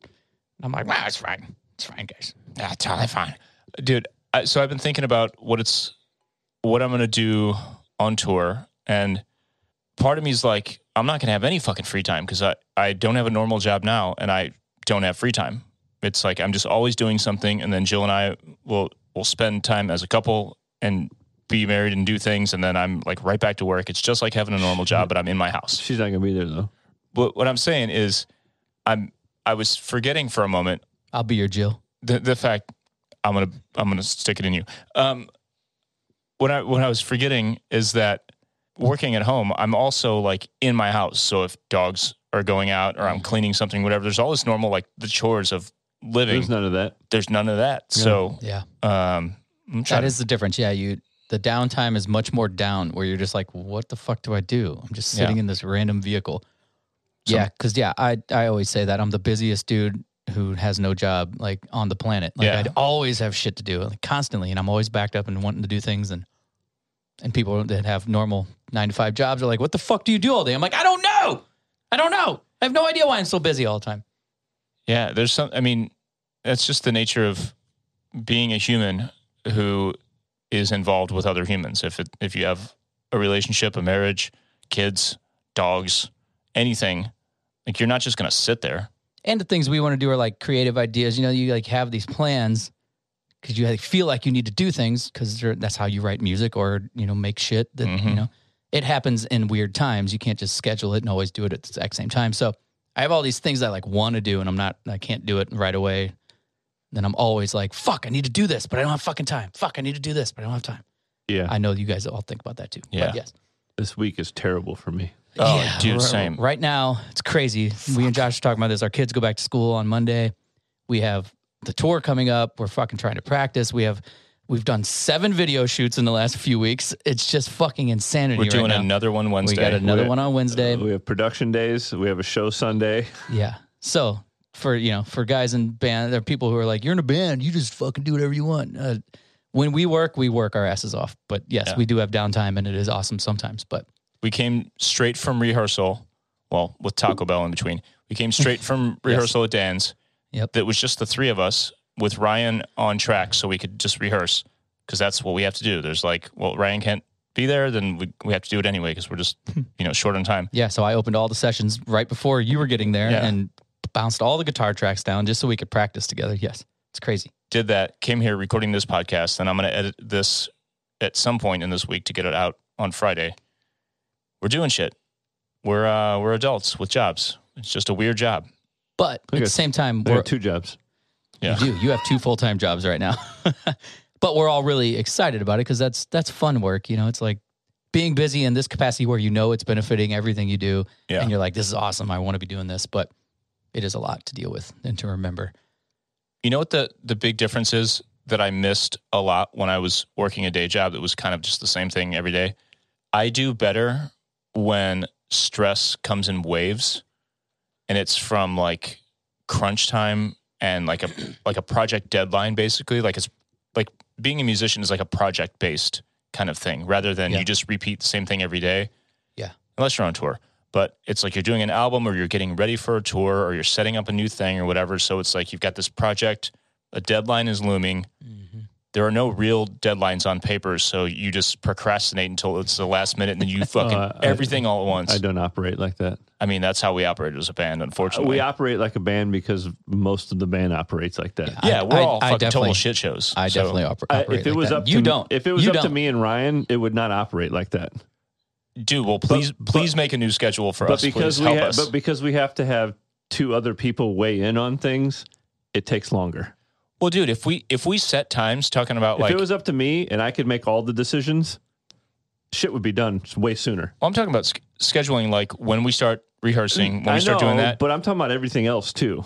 A: I'm like, "Wow, it's fine. It's fine, guys."
B: yeah, Ah, totally fine, dude. I, so I've been thinking about what it's what I'm gonna do on tour, and part of me is like, I'm not gonna have any fucking free time because I I don't have a normal job now, and I don't have free time. It's like I'm just always doing something, and then Jill and I will will spend time as a couple and be married and do things, and then I'm like right back to work. It's just like having a normal job, but I'm in my house.
C: She's not gonna be there though.
B: But what I'm saying is, I'm I was forgetting for a moment
A: I'll be your Jill.
B: the the fact I'm gonna I'm gonna stick it in you. Um, what I what I was forgetting is that working at home, I'm also like in my house. So if dogs are going out or
A: Mm.
B: I'm cleaning something, whatever, there's all this normal like the chores of living.
C: There's
B: There's,
C: none of that.
B: none of that. So
A: Yeah.
B: um, I'm trying
A: That is the difference. Yeah, you the downtime is much more down where you're just like, what the fuck do I do? I'm just sitting
B: Yeah.
A: in this random vehicle.
B: So-
A: yeah, because yeah, I I always say that I'm the busiest dude who has no job like on the planet. Like
B: Yeah.
A: I'd always have shit to do like, constantly, and I'm always backed up and wanting to do things and and people that have normal nine to five jobs are like, what the fuck do you do all day? I'm like, I don't know. I don't know. I have no idea why I'm so busy all the time.
B: Yeah, there's some. I mean, that's just the nature of being a human who is involved with other humans. If it, if you have a relationship, a marriage, kids, dogs, anything, Like you're not just gonna sit there.
A: and the things we want to do are like creative ideas. You know, you like have these plans because you like feel like you need to do things because that's how you write music or you know make shit that you
B: Mhm.
A: know it happens in weird times. You can't just schedule it and always do it at the exact same time. So I have all these things I like want to do and I'm not I can't do it right away. Then I'm always like, fuck, I need to do this, but I don't have fucking time. Fuck, I need to do this, but I don't have time.
C: Yeah.
A: I know you guys all think about that too.
B: Yeah.
A: But yes.
C: this week is terrible for me.
B: Oh, dude,
A: right,
B: same.
A: Right now, it's crazy. We and Josh are talking about this. Our kids go back to school on Monday. We have the tour coming up. We're fucking trying to practice. We have we've done seven video shoots in the last few weeks. It's just fucking insanity.
B: We're
A: right
B: doing
A: now.
B: another one
A: We
B: Wednesday.
A: got another
C: We're-
A: one on Wednesday.
C: We have production days. We have a show Sunday.
A: Yeah. So for you know, for guys in band, there are people who are like, "You're in a band. You just fucking do whatever you want." Uh, when we work, we work our asses off. But yes,
B: Yeah.
A: we do have downtime, and it is awesome sometimes. But
B: we came straight from rehearsal. Well, with Taco Bell in between, we came straight from rehearsal at Dan's.
A: Yep.
B: That was just the three of us with Ryan on track, so we could just rehearse because that's what we have to do. There's like, well, Ryan can't be there, then we, we have to do it anyway because we're just you know short on time.
A: Yeah, so I opened all the sessions right before you were getting there
B: Yeah.
A: and bounced all the guitar tracks down just so we could practice together. Yes, it's crazy.
B: Did that, came here recording this podcast, and I'm going to edit this at some point in this week to get it out on Friday. We're doing shit. We're uh, we're adults with jobs. It's just a weird job.
A: But at the
C: Okay.
A: same time,
C: I
A: we're,
C: got two jobs.
B: Yeah.
A: you do. You have two full time jobs right now, but we're all really excited about it because that's that's fun work. You know, it's like being busy in this capacity where you know it's benefiting everything you do,
B: Yeah.
A: and you're like, "This is awesome. I want to be doing this," but it is a lot to deal with and to remember.
B: You know what the the big difference is that I missed a lot when I was working a day job that was kind of just the same thing every day. I do better when stress comes in waves and it's from like crunch time and like a like a project deadline basically like it's like being a musician is like a project based kind of thing rather than
A: Yeah.
B: you just repeat the same thing every day.
A: Yeah.
B: Unless you're on tour. But it's like you're doing an album or you're getting ready for a tour or you're setting up a new thing or whatever. So it's like you've got this project, a deadline is looming.
C: Mm-hmm.
B: There are no real deadlines on paper, so you just procrastinate until it's the last minute and then you fucking
C: Oh, I-
B: everything all at once.
C: I
B: I,
C: don't operate like that.
B: mean, that's how we operate as a band, unfortunately.
C: We operate like a band because most of the band operates like that.
B: yeah, we're
A: I-
B: all
A: I
B: fucking
A: definitely-
B: total shit shows.
A: I
B: So-
A: definitely oper-
C: I-
A: operate.
C: if it
A: like
C: was
A: that.
C: up,
A: you
C: to,
A: don't.
C: If it was
A: You
C: up to
A: don't.
C: me and Ryan, it would not operate like that.
B: dude. Well, please,
C: but-
B: please make a new schedule for
C: but
B: us.
C: because
B: please
C: we
B: help
C: ha-
B: us.
C: but because we have to have two other people weigh in on things, it takes longer.
B: well, dude, if we if we set times talking about like
C: if it was up to me and I could make all the decisions, shit would be done way sooner.
B: Well, I'm talking about sch- scheduling, like when we start rehearsing, when we
C: Mm, I
B: start
C: know,
B: doing that.
C: but I'm talking about everything else too.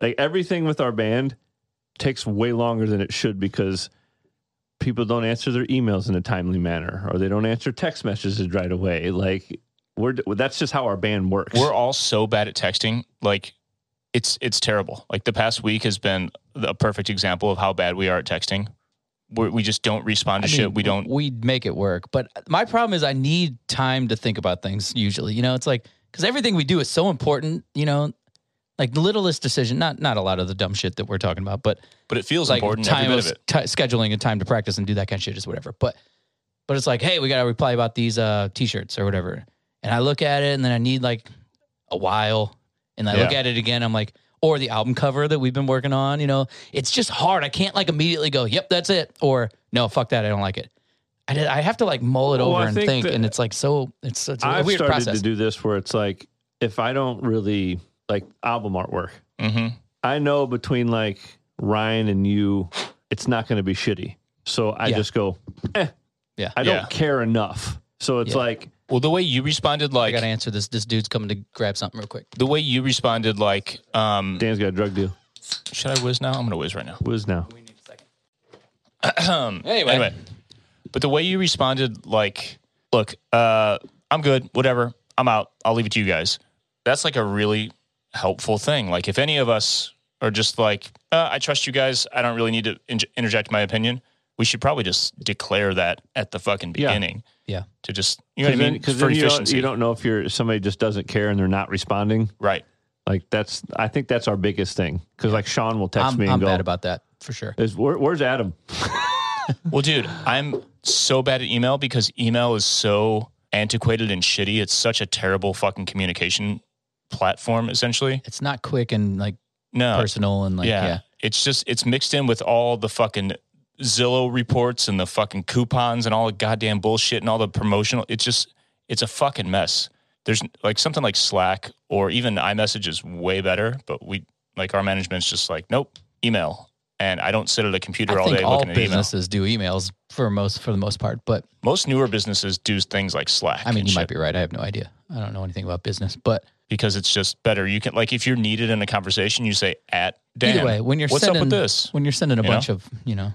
C: Like everything with our band takes way longer than it should because people don't answer their emails in a timely manner or they don't answer text messages right away. Like we're that's just how our band works.
B: We're all so bad at texting, like it's it's terrible. Like the past week has been a perfect example of how bad we are at texting. We're, we just don't respond to
A: I mean,
B: shit. We don't.
A: We make it work. But my problem is I need time to think about things. Usually, you know, it's like because everything we do is so important. You know, like the littlest decision. Not not a lot of the dumb shit that we're talking about, but
B: But it feels
A: like
B: important. Every
A: time
B: bit
A: of
B: of it.
A: ti- scheduling and time to practice and do that kind of shit is whatever. But but it's like, hey, we got to reply about these uh, t-shirts or whatever. And I look at it and then I need like a while, and I look
B: Yeah.
A: at it again. I'm like. Or the album cover that we've been working on, you know, it's just hard. I can't like immediately go, "Yep, that's it," or "No, fuck that, I don't like it." I, did, I have to like mull it
C: Well,
A: over
C: I
A: and
C: think
A: think,
C: that-
A: and it's like so. It's, it's a
C: I've
A: weird
C: started
A: process.
C: to do this where it's like if I don't really like album artwork,
B: hmm
C: I know between like Ryan and you, it's not going to be shitty. So I
A: Yeah.
C: just go, eh,
A: Yeah.
C: I don't
B: Yeah.
C: care enough. So it's
A: Yeah.
C: like
B: Well, the way you responded,
A: I
B: like
A: got to answer this. This dude's coming to grab something real quick.
B: the way you responded, like um,
C: Dan's got a drug deal.
B: should I whiz now? I'm gonna whiz right now.
C: Whiz now.
A: Anyway,
B: anyway but the way you responded like look uh i'm good whatever i'm out i'll leave it to you guys that's like a really helpful thing like if any of us are just like uh, i trust you guys i don't really need to in- interject my opinion we should probably just declare that at the fucking
C: Yeah.
B: beginning
A: Yeah.
B: to just you know what i mean
C: Because
B: for
C: you, don't-
B: efficiency
C: you don't know if you're somebody just doesn't care and they're not responding.
B: right
C: Like that's, I think that's our biggest thing. Because like Sean will text
A: I'm,
C: me and
A: I'm
C: go,
A: bad about that for sure.
C: is, where, "Where's Adam?"
B: Well, dude, I'm so bad at email because email is so antiquated and shitty. It's such a terrible fucking communication platform essentially.
A: It's not quick and like
B: No,
A: personal and like
B: yeah.
A: yeah.
B: It's just it's mixed in with all the fucking Zillow reports and the fucking coupons and all the goddamn bullshit and all the promotional. It's just it's a fucking mess. There's like something like Slack or even iMessage is way better, but we like our management's just like nope, email. And I don't sit at a computer
A: I
B: all
A: think
B: day
A: all
B: looking at email.
A: businesses do emails for most for the most part, but
B: Most newer businesses do things like Slack.
A: I mean
B: and
A: you
B: shit.
A: might be right. I have no idea. I don't know anything about business, but
B: because it's just better. You can like if you're needed in a conversation, you say at Dan.
A: either way, when you're
B: what's up
A: sending
B: with this?
A: when you're sending a
B: You
A: bunch of you know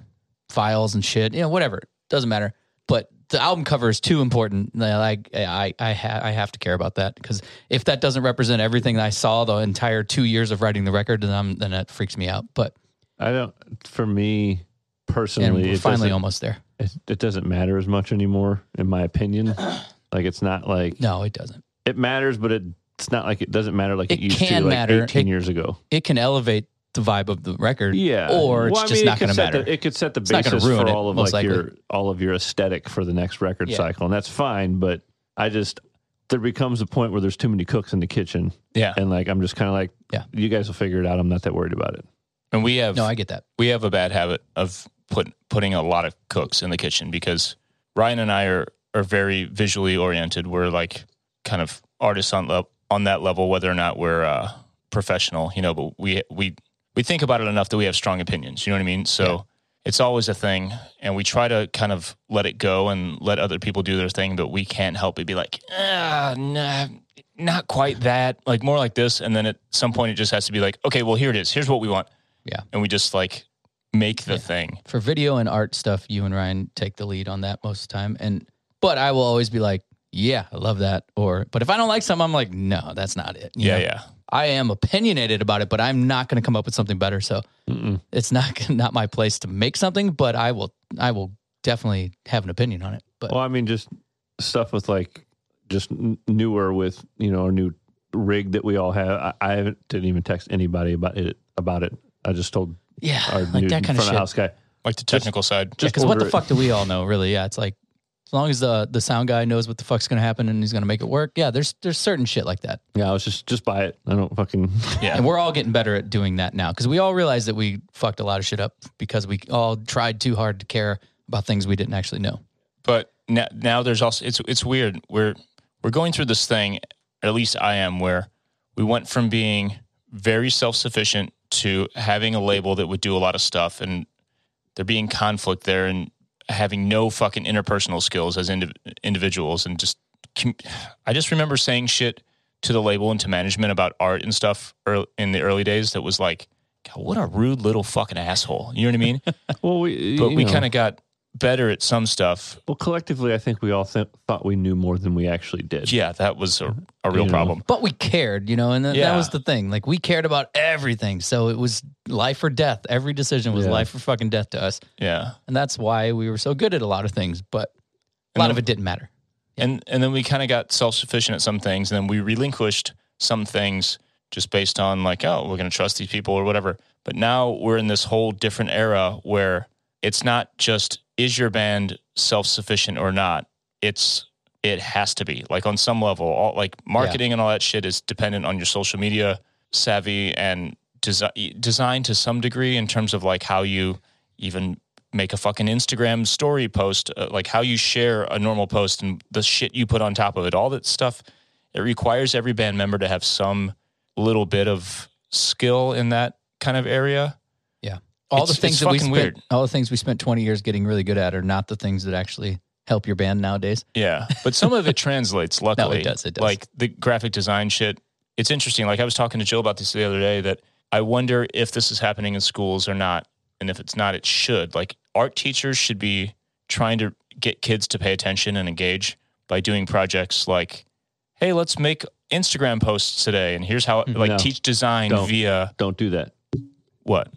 A: files and shit, you know whatever doesn't matter. But the album cover is too important. Like I I ha- I have to care about that because if that doesn't represent everything that I saw the entire two years of writing the record, then I'm, then that freaks me out. But
C: I don't. For me
A: and
C: personally,
A: we're
C: it
A: finally
C: doesn't,
A: almost there.
C: it, it doesn't matter as much anymore, in my opinion. Like it's not like
A: No, it doesn't.
C: it matters, but it, it's not like it doesn't matter like
A: It
C: it, used
A: can
C: to. Like
A: matter.
C: eighteen
A: It-
C: years ago.
A: It can elevate the vibe of the record.
C: Yeah.
A: Or it's
C: Well, I
A: just
C: mean, it
A: not
C: could
A: going to
C: set
A: matter.
C: The, it could set the
A: It's not gonna
C: basis
A: ruin
C: for
A: it,
C: all of
A: most
C: like your
A: likely.
C: all of your aesthetic for the next record
A: Yeah.
C: cycle, and that's fine. But I just there becomes a point where there's too many cooks in the kitchen,
B: Yeah,
C: and like I'm just kind of like,
A: Yeah.
C: you guys will figure it out. I'm not that worried about it.
B: and we have
A: no, I get that.
B: we have a bad habit of put putting a lot of cooks in the kitchen because Ryan and I are are very visually oriented. We're like kind of artists on le- on that level, whether or not we're uh, professional, you know. But we we we think about it enough that we have strong opinions. You know what I mean? So it's always a thing, and we try to kind of let it go and let other people do their thing, but we can't help but be like, ah, nah, not quite that, like more like this. And then at some point, it just has to be like, okay, well, here it is. Here's what we want.
A: Yeah.
B: and we just like make the
A: Yeah.
B: thing.
A: for video and art stuff, you and Ryan take the lead on that most of the time. And but I will always be like, yeah, I love that. Or but if I don't like something, I'm like, no, that's not it. you
B: Yeah,
A: know?
B: yeah.
A: I am opinionated about it, but I'm not going to come up with something better. So
C: Mm-mm.
A: it's not not my place to make something. But I will I will definitely have an opinion on it. But
C: Well, I mean, just stuff with like just n- newer with you know a new rig that we all have. I, I haven't- didn't even text anybody about it about it. I just told
A: yeah,
C: our
A: like
C: new
A: that kind of
C: front of,
A: shit.
C: house guy.
B: Like the technical side.
C: just
A: Because what
C: order
A: the
C: it.
A: fuck do we all know, really? Yeah, it's like as long as the the sound guy knows what the fuck's going to happen and he's going to make it work. Yeah, there's there's certain shit like that.
C: Yeah, I was just just buy it. I don't fucking.
B: Yeah.
A: And we're all getting better at doing that now because we all realize that we fucked a lot of shit up because we all tried too hard to care about things we didn't actually know.
B: but now, now there's also it's it's weird. We're we're going through this thing. At least I am where we went from being very self sufficient to having a label that would do a lot of stuff, and there being conflict there, and having no fucking interpersonal skills as indiv- individuals, and just com- I just remember saying shit to the label and to management about art and stuff earl in the early days that was like, God, what a rude little fucking asshole. You know what I mean?
C: Well, we
B: but
C: you
B: we
C: know.
B: kind of got better at some stuff.
C: Well, collectively, I think we all th- thought we knew more than we actually did.
B: Yeah, that was a, a real
C: You know.
B: problem.
A: But we cared, you know, and that, that
B: Yeah.
A: was the thing. Like we cared about everything. So it was life or death. Every decision was
C: Yeah.
A: life or fucking death to us.
B: Yeah,
A: And that's why we were so good at a lot of things, but a
B: And
A: lot
B: then-
A: of it didn't matter.
B: and and then we kind of got self sufficient at some things, and then we relinquished some things just based on like, oh, we're going to trust these people or whatever. But now we're in this whole different era where it's not just is your band self sufficient or not. It's it has to be like on some level, all like marketing and all that shit is dependent on your social media savvy and desi- design to some degree in terms of like how you even make a fucking Instagram story post, uh, like how you share a normal post and the shit you put on top of it, all that stuff. It requires every band member to have some little bit of skill in that kind of area.
A: All
B: It's-
A: the things
B: it's
A: that we spent,
B: fucking weird.
A: all the things we spent 20 years getting really good at are not the things that actually help your band nowadays.
B: Yeah. But some of it translates, luckily.
A: does, it does.
B: Like the graphic design shit. It's interesting. Like I was talking to Jill about this the other day that I wonder if this is happening in schools or not. And if it's not, it should. Like art teachers should be trying to get kids to pay attention and engage by doing projects like, hey, let's make Instagram posts today. And here's how, like,
C: No.
B: teach design
C: Don't.
B: via
C: Don't do that.
B: what?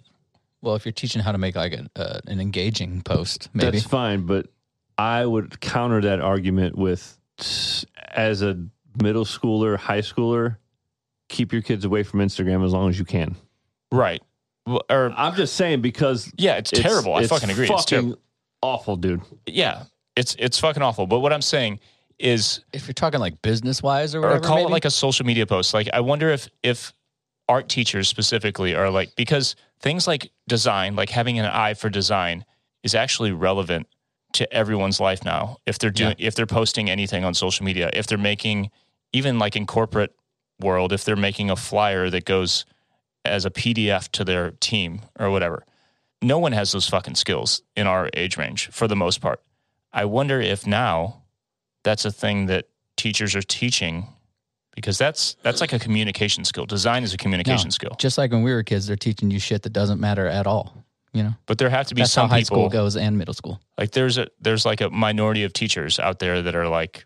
A: Well, if you're teaching how to make like a, uh, an engaging post, maybe.
C: That's fine, but I would counter that argument with as a middle schooler, high schooler, keep your kids away from Instagram as long as you can.
B: Right. Well, Or,
C: I'm just saying because
B: yeah, it's,
C: it's-
B: terrible.
C: it's
B: I fucking agree. it's terrible.
C: Awful, dude.
B: Yeah, it's it's fucking awful. But what I'm saying is
A: if you're talking like business wise or
B: or
A: whatever,
B: call it
A: maybe?
B: like a social media post. Like I wonder if if art teachers specifically are like because things like design, like having an eye for design, is actually relevant to everyone's life now. If they're doing, if they're posting anything on social media, if they're making even like in corporate world, if they're making a flyer that goes as a PDF to their team or whatever, no one has those fucking skills in our age range for the most part. I wonder if now that's a thing that teachers are teaching because that's that's like a communication skill. Design is a communication
A: No.
B: skill.
A: just like when we were kids, they're teaching you shit that doesn't matter at all. You know,
B: But there have to be
A: that's how
B: some
A: high school
B: people
A: goes and middle school.
B: like there's a there's like a minority of teachers out there that are like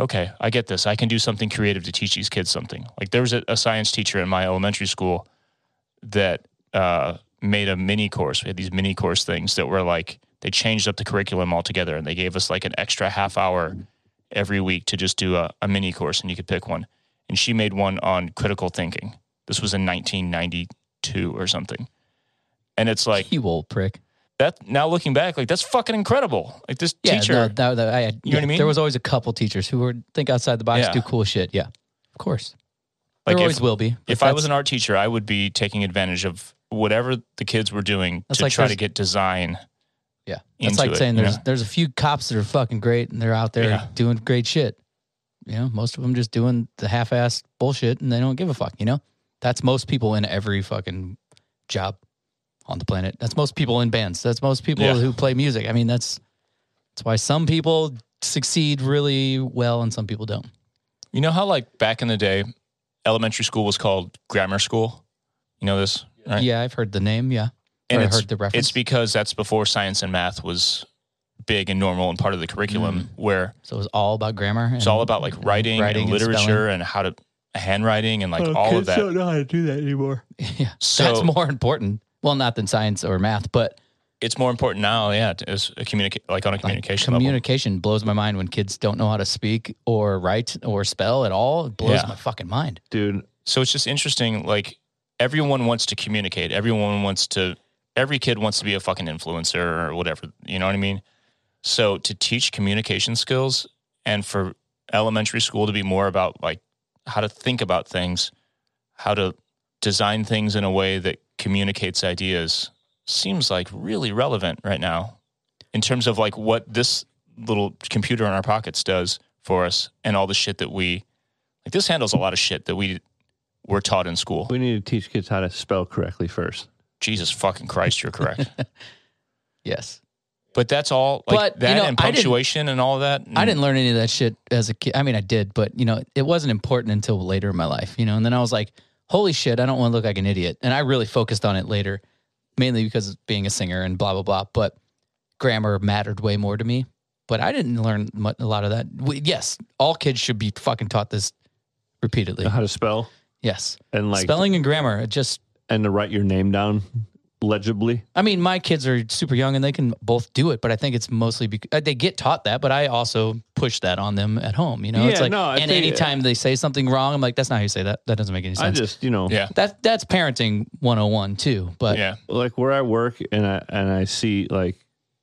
B: okay i get this i can do something creative to teach these kids something like there was a, a science teacher in my elementary school that uh, made a mini course we had these mini course things that were like they changed up the curriculum altogether and they gave us like an extra half hour every week to just do a, a mini course and you could pick one and she made one on critical thinking this was in 1992 or something and it's like
A: you old prick.
B: that now looking back, like that's fucking incredible. Like this
A: Yeah,
B: teacher,
A: no, that- that- I,
B: You know what I
A: yeah,
B: mean?
A: There was always a couple teachers who would think outside the box,
B: Yeah.
A: do cool shit. Yeah, of course.
B: like
A: there
B: if,
A: always will be. but
B: if I
A: that's-
B: was an art teacher, I would be taking advantage of whatever the kids were doing
A: That's
B: to
A: like
B: try to
A: there's-
B: get design.
A: Yeah.
B: into
A: It's like
B: it,
A: saying
B: you
A: there's
B: know?
A: there's a few cops that are fucking great and they're out there
B: Yeah.
A: doing great shit. You know, most of them just doing the half-assed bullshit and they don't give a fuck. You know, that's most people in every fucking job on the planet. That's most people in bands. That's most people
B: Yeah.
A: who play music. I mean, that's that's why some people succeed really well and some people don't.
B: you know how like back in the day, elementary school was called grammar school. You know this, right?
A: Yeah, I've heard the name. Yeah,
B: and
A: Or I
B: it's
A: heard the
B: it's
A: reference.
B: because that's before science and math was big and normal and part of the curriculum where
A: so it's all about grammar.
B: it's
A: and-
B: all about like
A: Mm. and
B: writing, and
A: spelling.
B: literature and how to handwriting and like all of that.
C: Oh, don't know how to do that anymore.
A: yeah,
B: So-
A: that's more important. Well, not than science or math, but
B: it's more important now, yeah, to- as a communicate like on a communication level.
A: communication blows my mind when kids don't know how to speak or write or spell at all. It blows
B: Yeah.
A: my fucking mind.
C: Dude,
B: So it's just interesting. Like everyone wants to communicate. Everyone wants to. Every kid wants to be a fucking influencer or whatever. You know what I mean? So to teach communication skills and for elementary school to be more about like how to think about things, how to design things in a way that communicates ideas seems like really relevant right now in terms of like what this little computer in our pockets does for us and all the shit that we like this handles a lot of shit that we were taught in school.
C: we need to teach kids how to spell correctly first.
B: Jesus fucking Christ, you're correct.
A: Yes.
B: but that's all like
A: But, you know,
B: that and
A: I didn't-
B: punctuation and all that. mm,
A: I didn't learn any of that shit as a kid. I mean, I did, but you know, it wasn't important until later in my life, you know, and then I was like, holy shit, I don't want to look like an idiot. And I really focused on it later, mainly because of being a singer and blah, blah, blah. But grammar mattered way more to me. But I didn't learn mu- a lot of that. We, yes, all kids should be fucking taught this repeatedly.
C: Know
B: Uh-huh.
C: how to spell
A: Yes.
C: and like
A: Spelling and grammar, it just
C: and to write your name down legibly.
A: I mean, my kids are super young and they can both do it, but I think it's mostly because they get taught that, but I also push that on them at home. You know, it's
C: Yeah,
A: like,
C: no, I
A: and
C: think-
A: anytime they say something wrong, I'm like, that's not how you say that. That doesn't make any
C: I
A: sense.
C: just, you know,
B: Yeah.
A: that, that's parenting 101 too, but
B: Yeah.
C: like where I work and I and I see like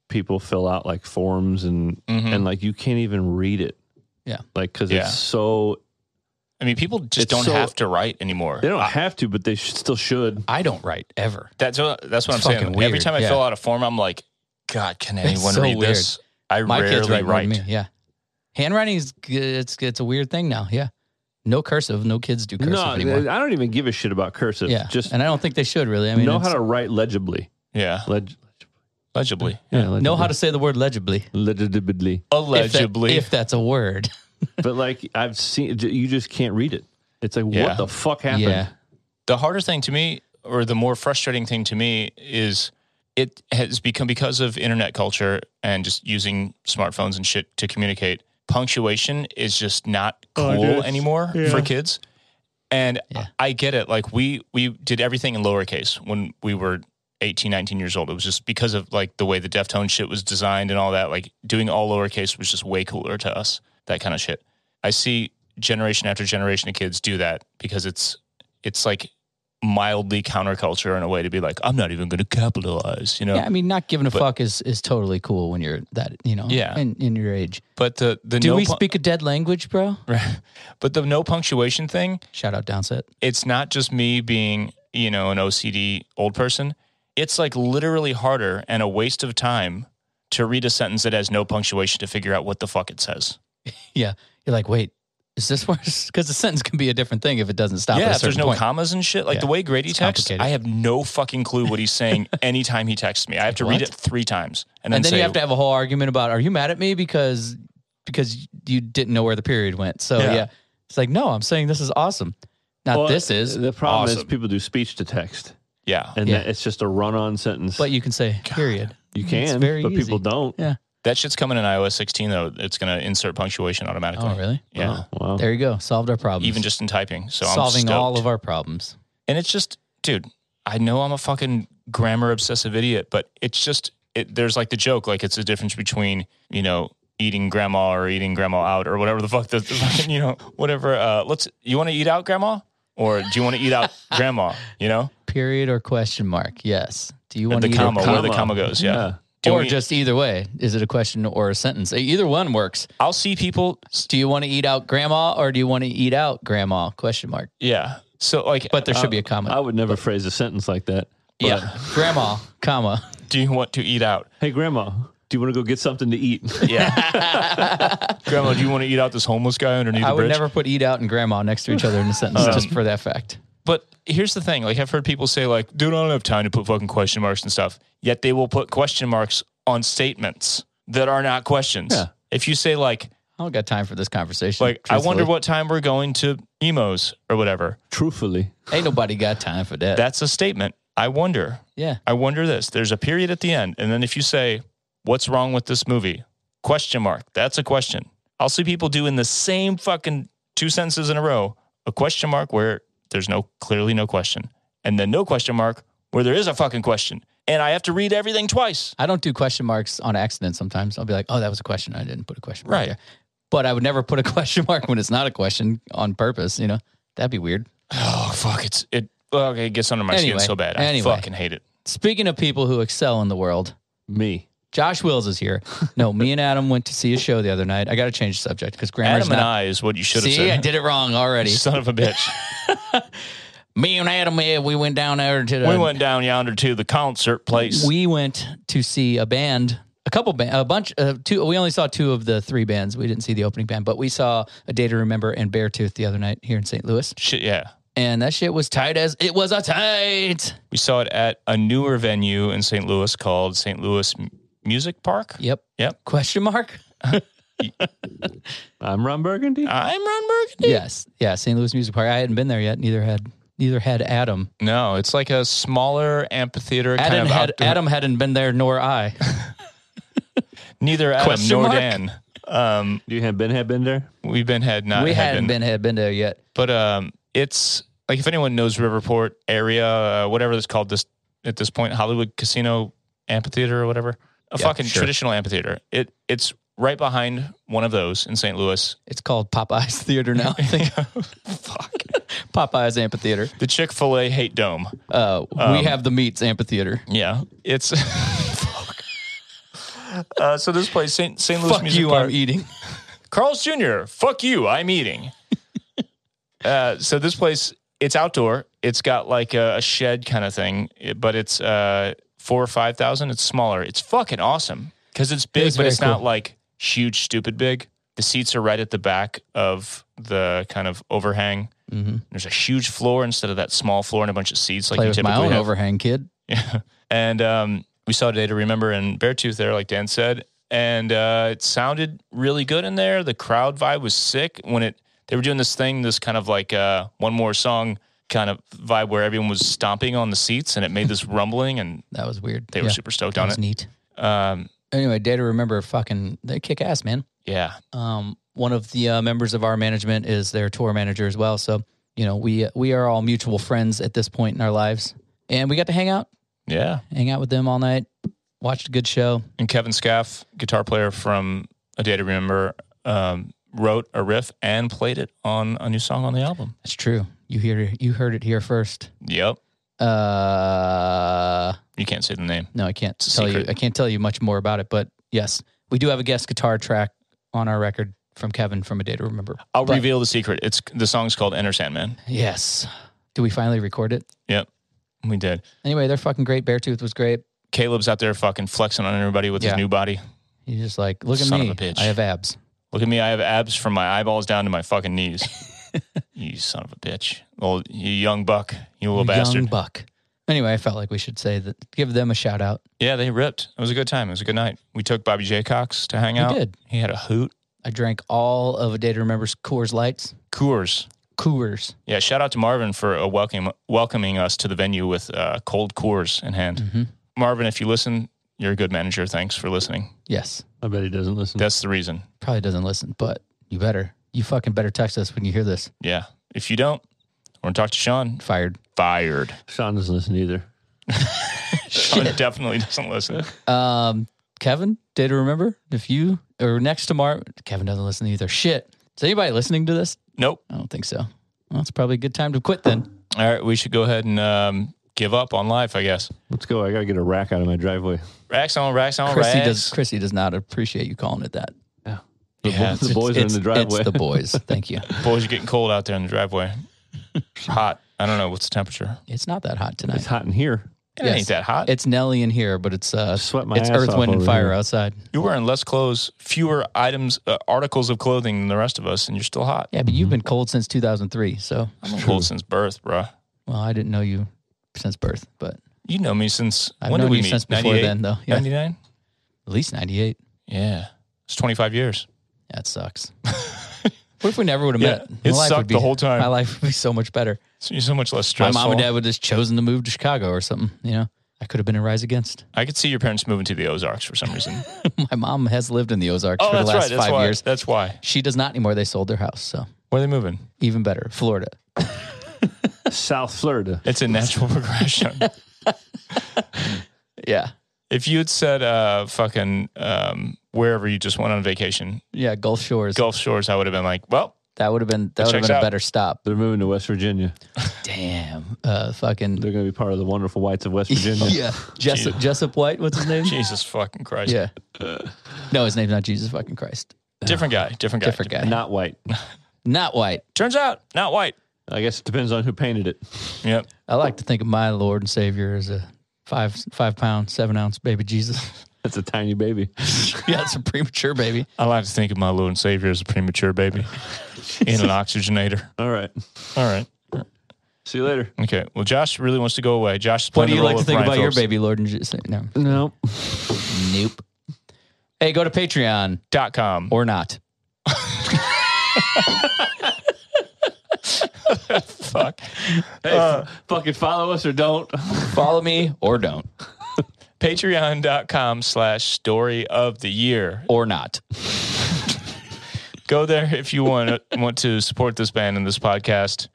C: people fill out like forms and
A: Mm-hmm.
B: Mhm.
C: and like you can't even read it.
A: Yeah.
C: Like cuz
B: Yeah.
C: it's so
B: I mean, people just
C: It's
B: don't
C: so-
B: have to write anymore.
C: they don't have to but they sh- still should.
A: I don't write ever.
B: That's what that's what
A: It's
B: I'm saying.
A: fucking
B: Every
A: weird,
B: time I
A: yeah.
B: fill out a form, I'm like, God, can anyone
A: so
B: read this? I
A: My kids
B: rarely
A: write more than
B: write.
A: me. Yeah. Handwriting is, g- it's, it's a weird thing now. Yeah. No cursive. No kids do cursive
C: No,
A: anymore.
C: I don't even give a shit about cursive.
A: yeah.
C: Just
A: and I don't think they should really. I mean,
C: know
A: it's-
C: how to write legibly.
B: Yeah,
C: Leg-
B: legibly,
C: yeah, legibly.
A: know how to say the word legibly.
C: legibly.
A: If that-
B: allegibly.
A: if that's a word.
C: but like I've seen j- you just can't read it. It's like
B: Yeah.
C: what the fuck happened?
A: Yeah.
B: the harder thing to me, or the more frustrating thing to me, is it has become because of internet culture and just using smartphones and shit to communicate. Punctuation is just not
C: Oh,
B: cool
C: dude, it's-
B: anymore
C: yeah.
B: for kids, and
A: Yeah.
B: I get it. Like we we did everything in lowercase when we were 18, 19 years old. It was just because of like the way the Deftone shit was designed and all that. Like doing all lowercase was just way cooler to us. That kind of shit. I see generation after generation of kids do that because it's it's like mildly counterculture in a way to be like, I'm not even going to capitalize, you know?
A: Yeah, I mean, not giving a
B: But-
A: fuck is, is totally cool when you're that, you know,
B: Yeah.
A: in, in your age.
B: But the the
A: Do
B: no
A: we
B: pu-
A: speak a dead language, bro?
B: but the no punctuation thing,
A: Shout out Downset.
B: it's not just me being, you know, an OCD old person. It's like literally harder and a waste of time to read a sentence that has no punctuation to figure out what the fuck it says.
A: You're like, wait, is this worse? Because the sentence can be a different thing if it doesn't stop. at
B: yeah,
A: a
B: if there's
A: certain
B: no
A: point.
B: commas and shit, like
A: Yeah,
B: the way Grady
A: it's
B: texts,
A: complicated.
B: I have no fucking clue what he's saying anytime he texts me. I have to read
A: What?
B: it three times and then,
A: and then
B: say,
A: you have to have a whole argument about, are you mad at me because because you didn't know where the period went? So yeah,
B: Yeah.
A: it's like, no, I'm saying this is awesome. Not
C: Well,
A: this is,
B: uh,
C: The problem is
B: awesome.
C: people do speech to text,
B: yeah,
C: and
A: Yeah.
C: that it's just a run-on sentence.
A: but you can say period.
C: you
A: it's
C: can,
A: very
C: but people
A: easy.
C: don't.
B: that shit's coming in iOS 16 though. It's gonna insert punctuation automatically.
A: Oh, really?
B: Yeah,
C: Oh, wow.
A: There you go. Solved our problems.
B: even just in typing. So
A: solving
B: I'm
A: all
B: stoked.
A: of our problems.
B: And it's just, dude, I know I'm a fucking grammar obsessive idiot, but it's just, it, there's like the joke, like it's the difference between, you know, eating grandma or eating grandma out or whatever the fuck, the, the fucking, you know, whatever. Uh, let's, you want to eat out grandma or do you want to eat out grandma? You know,
A: Period or question mark? Yes. Do you want
B: the
A: to
B: comma,
A: Either,
B: where the comma goes. Yeah. Do
A: or
B: we-
A: just either way? Is it a question or a sentence? Uh, Either one works.
B: I'll see people. s-
A: Do you want to eat out grandma or do you want to eat out grandma? Question mark.
B: Yeah. So like,
A: But there
C: Uh,
A: should be a comma.
C: I would never phrase a sentence like that. but-
B: Um, yeah.
A: grandma, comma.
B: Do you want to eat out?
C: Hey, grandma, do you want to go get something to eat?
B: Yeah. grandma, do you want to eat out this homeless guy underneath
A: I
B: the
A: would
B: bridge?
A: never put eat out and grandma next to each other in a sentence
B: Um,
A: just for that fact.
B: But here's the thing: like I've heard people say, like, dude, I don't have time to put fucking question marks and stuff. Yet they will put question marks on statements that are not questions.
C: Yeah.
B: If you say like,
A: I don't got time for this conversation.
B: like, I wonder
A: truthfully.
B: what time we're going to emos or whatever,
C: Truthfully,
A: Ain't nobody got time for that.
B: that's a statement. I wonder.
A: yeah.
B: I wonder this. There's a period at the end, and then if you say, "What's wrong with this movie?" question mark. That's a question. I'll see people doing the same fucking two sentences in a row. A question mark where there's no clearly no question, and then no question mark where there is a fucking question, and I have to read everything twice.
A: I don't do question marks on accident sometimes. I'll be like, oh, that was a question. I didn't put a question mark.
B: Right.
A: there. But I would never put a question mark when it's not a question on purpose, you know? That'd be weird.
B: Oh fuck! It's it. Okay, it gets under my
A: Anyway,
B: skin so bad. I
A: anyway.
B: fucking hate it.
A: Speaking of people who excel in the world,
C: me.
A: Josh Wills is here. No, me and Adam went to see a show the other night. I got to change the subject because grammar's
B: Adam and
A: not.
B: I is what you should have
A: see, I
B: said.
A: did it wrong already.
B: Son of a bitch.
A: me and Adam, eh, we went down there to the
B: we went down yonder to the concert place.
A: We went to see a band, a couple band, a bunch, uh, two. We only saw two of the three bands. We didn't see the opening band, but we saw a Day to Remember and Beartooth the other night here in St. Louis,
B: Shit, yeah.
A: and that shit was tight as it was a tight.
B: We saw it at a newer venue in St. Louis called St. Louis M- Music Park.
A: Yep.
B: Yep.
A: Question mark?
C: I'm Ron Burgundy.
B: I'm Ron Burgundy.
A: yes. Yeah. St. Louis Music Park. I hadn't been there yet. Neither had. Neither had Adam.
B: No, it's like a smaller amphitheater
A: Adam
B: kind of
A: had
B: outdoor-
A: Adam hadn't been there, nor I.
B: Neither Adam
A: Question
B: nor
A: mark?
B: Dan. Um,
C: you have been have been there?
B: we've been had not
A: we
B: had
A: hadn't been. had been there yet.
B: but um, it's like if anyone knows Riverport area, uh, whatever it's called this at this point, Hollywood Casino Amphitheater or whatever, a
A: Yeah,
B: fucking
A: sure.
B: traditional amphitheater. It it's right behind one of those in St. Louis.
A: It's called Popeyes Theater now. I think
B: Fuck
A: Popeyes Amphitheater.
B: the Chick Fil A Hate Dome.
A: Uh, we
B: Um,
A: have the meats amphitheater.
B: Yeah, it's. Fuck. Uh, so this place, St. St. Louis
A: Fuck
B: Music
A: you,
B: Park.
A: I'm eating.
B: Carl's Jr. Fuck you, I'm eating. uh, so this place, it's outdoor. It's got like a, a shed kind of thing, it- but it's uh, four or five thousand. It's smaller. It's fucking awesome because it's big,
A: is
B: but
A: very
B: it's not
A: cool.
B: like huge, stupid big. The seats are right at the back of the kind of overhang.
A: Mm-hmm.
B: There's a huge floor instead of that small floor and a bunch of seats like
A: Play
B: you
A: with
B: typically
A: my own
B: have.
A: overhang, kid.
B: Yeah. And um, we saw Day to Remember and Beartooth there, like Dan said. And uh, it sounded really good in there. The crowd vibe was sick when it they were doing this thing, this kind of like uh, one more song kind of vibe where everyone was stomping on the seats and it made this rumbling and
A: That was weird.
B: they were super stoked
A: that
B: on
A: was
B: it.
A: neat.
B: Um,
A: Anyway, day to remember. Fucking, they kick ass, man.
B: yeah.
A: Um, one of the uh, members of our management is their tour manager as well. So you know, we we are all mutual friends at this point in our lives, and we got to hang out,
B: Yeah.
A: hang out with them all night. Watched a good show.
B: And Kevin Scaff, guitar player from A Day to Remember, um, wrote a riff and played it on a new song on the album.
A: That's true. You hear you heard it here first.
B: Yep.
A: Uh,
B: You can't say the name.
A: no, I can't
B: It's a
A: tell
B: secret.
A: you. I can't tell you much more about it. But yes, we do have a guest guitar track on our record from Kevin from A Day to Remember.
B: I'll
A: But-
B: reveal the secret. It's the song's called Enter Sandman.
A: Yes. Do we finally record it?
B: We did.
A: Anyway, they're fucking great. Beartooth was great.
B: Caleb's out there fucking flexing on everybody with
A: Yeah.
B: his new body.
A: He's just like, look at
B: Son of
A: me.
B: a bitch.
A: I have abs.
B: Look at me. I have abs from my eyeballs down to my fucking knees. you son of a bitch. Old you young buck. You little
A: Young
B: bastard.
A: buck. Anyway, I felt like we should say that. Give them a shout out.
B: Yeah, they ripped. It was a good time. It was a good night. We took Bobby J. Cox to hang
A: We
B: out.
A: did.
B: He had a hoot.
A: I drank all of a day to remember's Coors Lights.
B: Coors.
A: Coors.
B: Yeah, shout out to Marvin for uh, welcome, welcoming us to the venue with uh, cold Coors in hand.
A: Mhm.
B: Marvin, if you listen, you're a good manager. Thanks for listening.
A: Yes.
C: I bet he doesn't
A: Mm.
C: listen.
B: That's the reason.
A: Probably doesn't listen, but you better. You fucking better text us when you hear this.
B: Yeah. If you don't, we're going to talk to Sean.
A: Fired.
B: Fired.
C: Sean doesn't listen either.
B: Sean definitely doesn't listen.
A: Um, Kevin, day to remember. If you or next tomorrow, Kevin doesn't listen either. Shit. Is anybody listening to this?
B: Nope.
A: I don't think so. Well, it's probably a good time to quit then.
B: All right. We should go ahead and um, give up on life, I guess.
C: Let's go. I gotta get a rack out of my driveway.
B: Racks on, racks on,
A: Chrissy
B: racks.
A: does. Chrissy does not appreciate you calling it that.
C: The,
B: Yeah,
C: bo-
B: it's-
C: the boys are in
A: it's,
C: the driveway.
A: It's the boys. Thank you.
B: Boys are getting cold out there in the driveway. hot. I don't know. What's the temperature?
A: It's not that hot tonight.
C: It's
A: It's,
C: hot in here.
B: It
A: Yes.
B: ain't that hot.
A: Nelly in here, but it's uh,
C: Sweat my
A: it's
C: ass
A: Earth,
C: off
A: Wind, and
C: over
A: Fire
C: here.
A: outside.
B: You're wearing less clothes, fewer items, uh, articles of clothing than the rest of us, and you're still hot.
A: Yeah, but
C: Mm-hmm.
A: you've been cold since 2003. So,
B: I've been cold since birth, bruh.
A: well, I didn't know you since birth, but
B: You know me since
A: I've
B: when
A: known
B: did we
A: you
B: meet?
A: since before
B: 98?
A: then, though. Yeah,
B: 99?
A: at least 98.
B: Yeah. It's 25 years.
A: That sucks. what if we never would have
B: Yeah,
A: met?
B: it sucked
A: would be,
B: the whole time.
A: My life would be so much better.
B: So you're so much less
A: My
B: stressful.
A: mom and dad would have just chosen to move to Chicago or something. You know, I could have been a rise against.
B: I could see your parents moving to the Ozarks for some reason.
A: My mom has lived in the Ozarks
B: oh,
A: for the
B: that's right.
A: last
B: That's
A: five
B: why.
A: years.
B: That's why.
A: She does not anymore. They sold their house, so
B: Where are they moving?
A: even better, Florida.
C: South Florida.
B: It's a natural progression.
A: Yeah,
B: If you had said uh, fucking um, wherever you just went on vacation,
A: yeah, Gulf Shores.
B: Gulf Shores, I would have been like, well,
A: That would have been that would have
B: checks
A: been a
B: out.
A: better stop.
C: They're moving to West Virginia.
A: Damn, uh, fucking
C: They're gonna be part of the wonderful whites of West Virginia.
A: yeah, Jessup, Jessup White. What's his name?
B: Jesus fucking Christ.
A: Yeah, no, his name's not Jesus fucking Christ.
B: Different guy. Different guy.
A: Different guy, not,
C: Not white.
A: white.
B: Turns out, not white.
C: I guess it depends on who painted it.
B: Yep.
A: I like to think of my Lord and Savior as a five five pound seven ounce baby Jesus.
C: That's a tiny baby.
A: yeah, it's a premature baby.
B: I like to think of my Lord and Savior as a premature baby in an oxygenator.
C: All right.
B: All right.
C: See you later.
B: Okay. Well, Josh really wants to go away. Josh, is
A: What
B: playing
A: do
B: the
A: you
B: role
A: like to
B: of
A: think
B: Brian
A: about your
B: Phillips.
A: baby Lord and Jesus? No,
C: No.
A: nope. Hey, go to Patreon
B: Dot com.
A: or not.
B: Fuck.
C: Hey,
B: Uh,
C: f- fucking follow us or don't.
A: Follow me or don't
B: Patreon.com slash story of the year.
A: or not.
B: Go there if you want to, want to support this band and this podcast.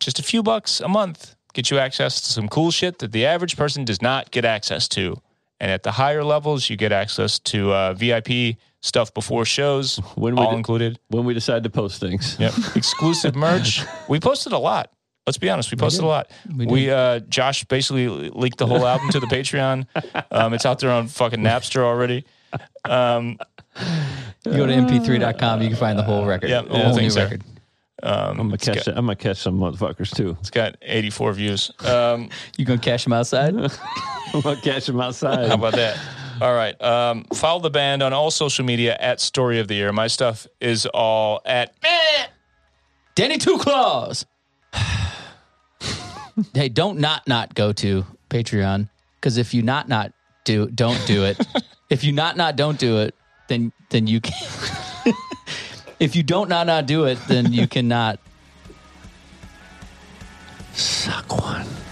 B: Just a few bucks a month get you access to some cool shit that the average person does not get access to. And at the higher levels, you get access to uh, VIP stuff before shows,
C: When we
B: all
C: d-
B: included.
C: When we decide to post things.
B: Yep. Exclusive merch. We posted a lot. Let's be honest. We posted a lot. We,
A: did.
B: uh, Josh basically leaked the whole album to the Patreon. Um, it's out there on fucking Napster already. Um,
A: You go to mp3.com. You can find the whole record.
B: Yeah, the whole
A: new
B: thing's there.
A: record.
C: I'm gonna catch. that- I'm gonna catch some motherfuckers too.
B: it's got 84 views. Um,
A: You gonna cash them outside?
C: I'm gonna catch them outside.
B: how about that? All right. Um, follow the band on all social media at Story of the Year. My stuff is all at.
A: Danny Two Claws. hey, don't not not go to Patreon because if you not not do don't do it. if you not not don't do it, then then you can. if you don't not not do it, then you cannot.
C: Suck one.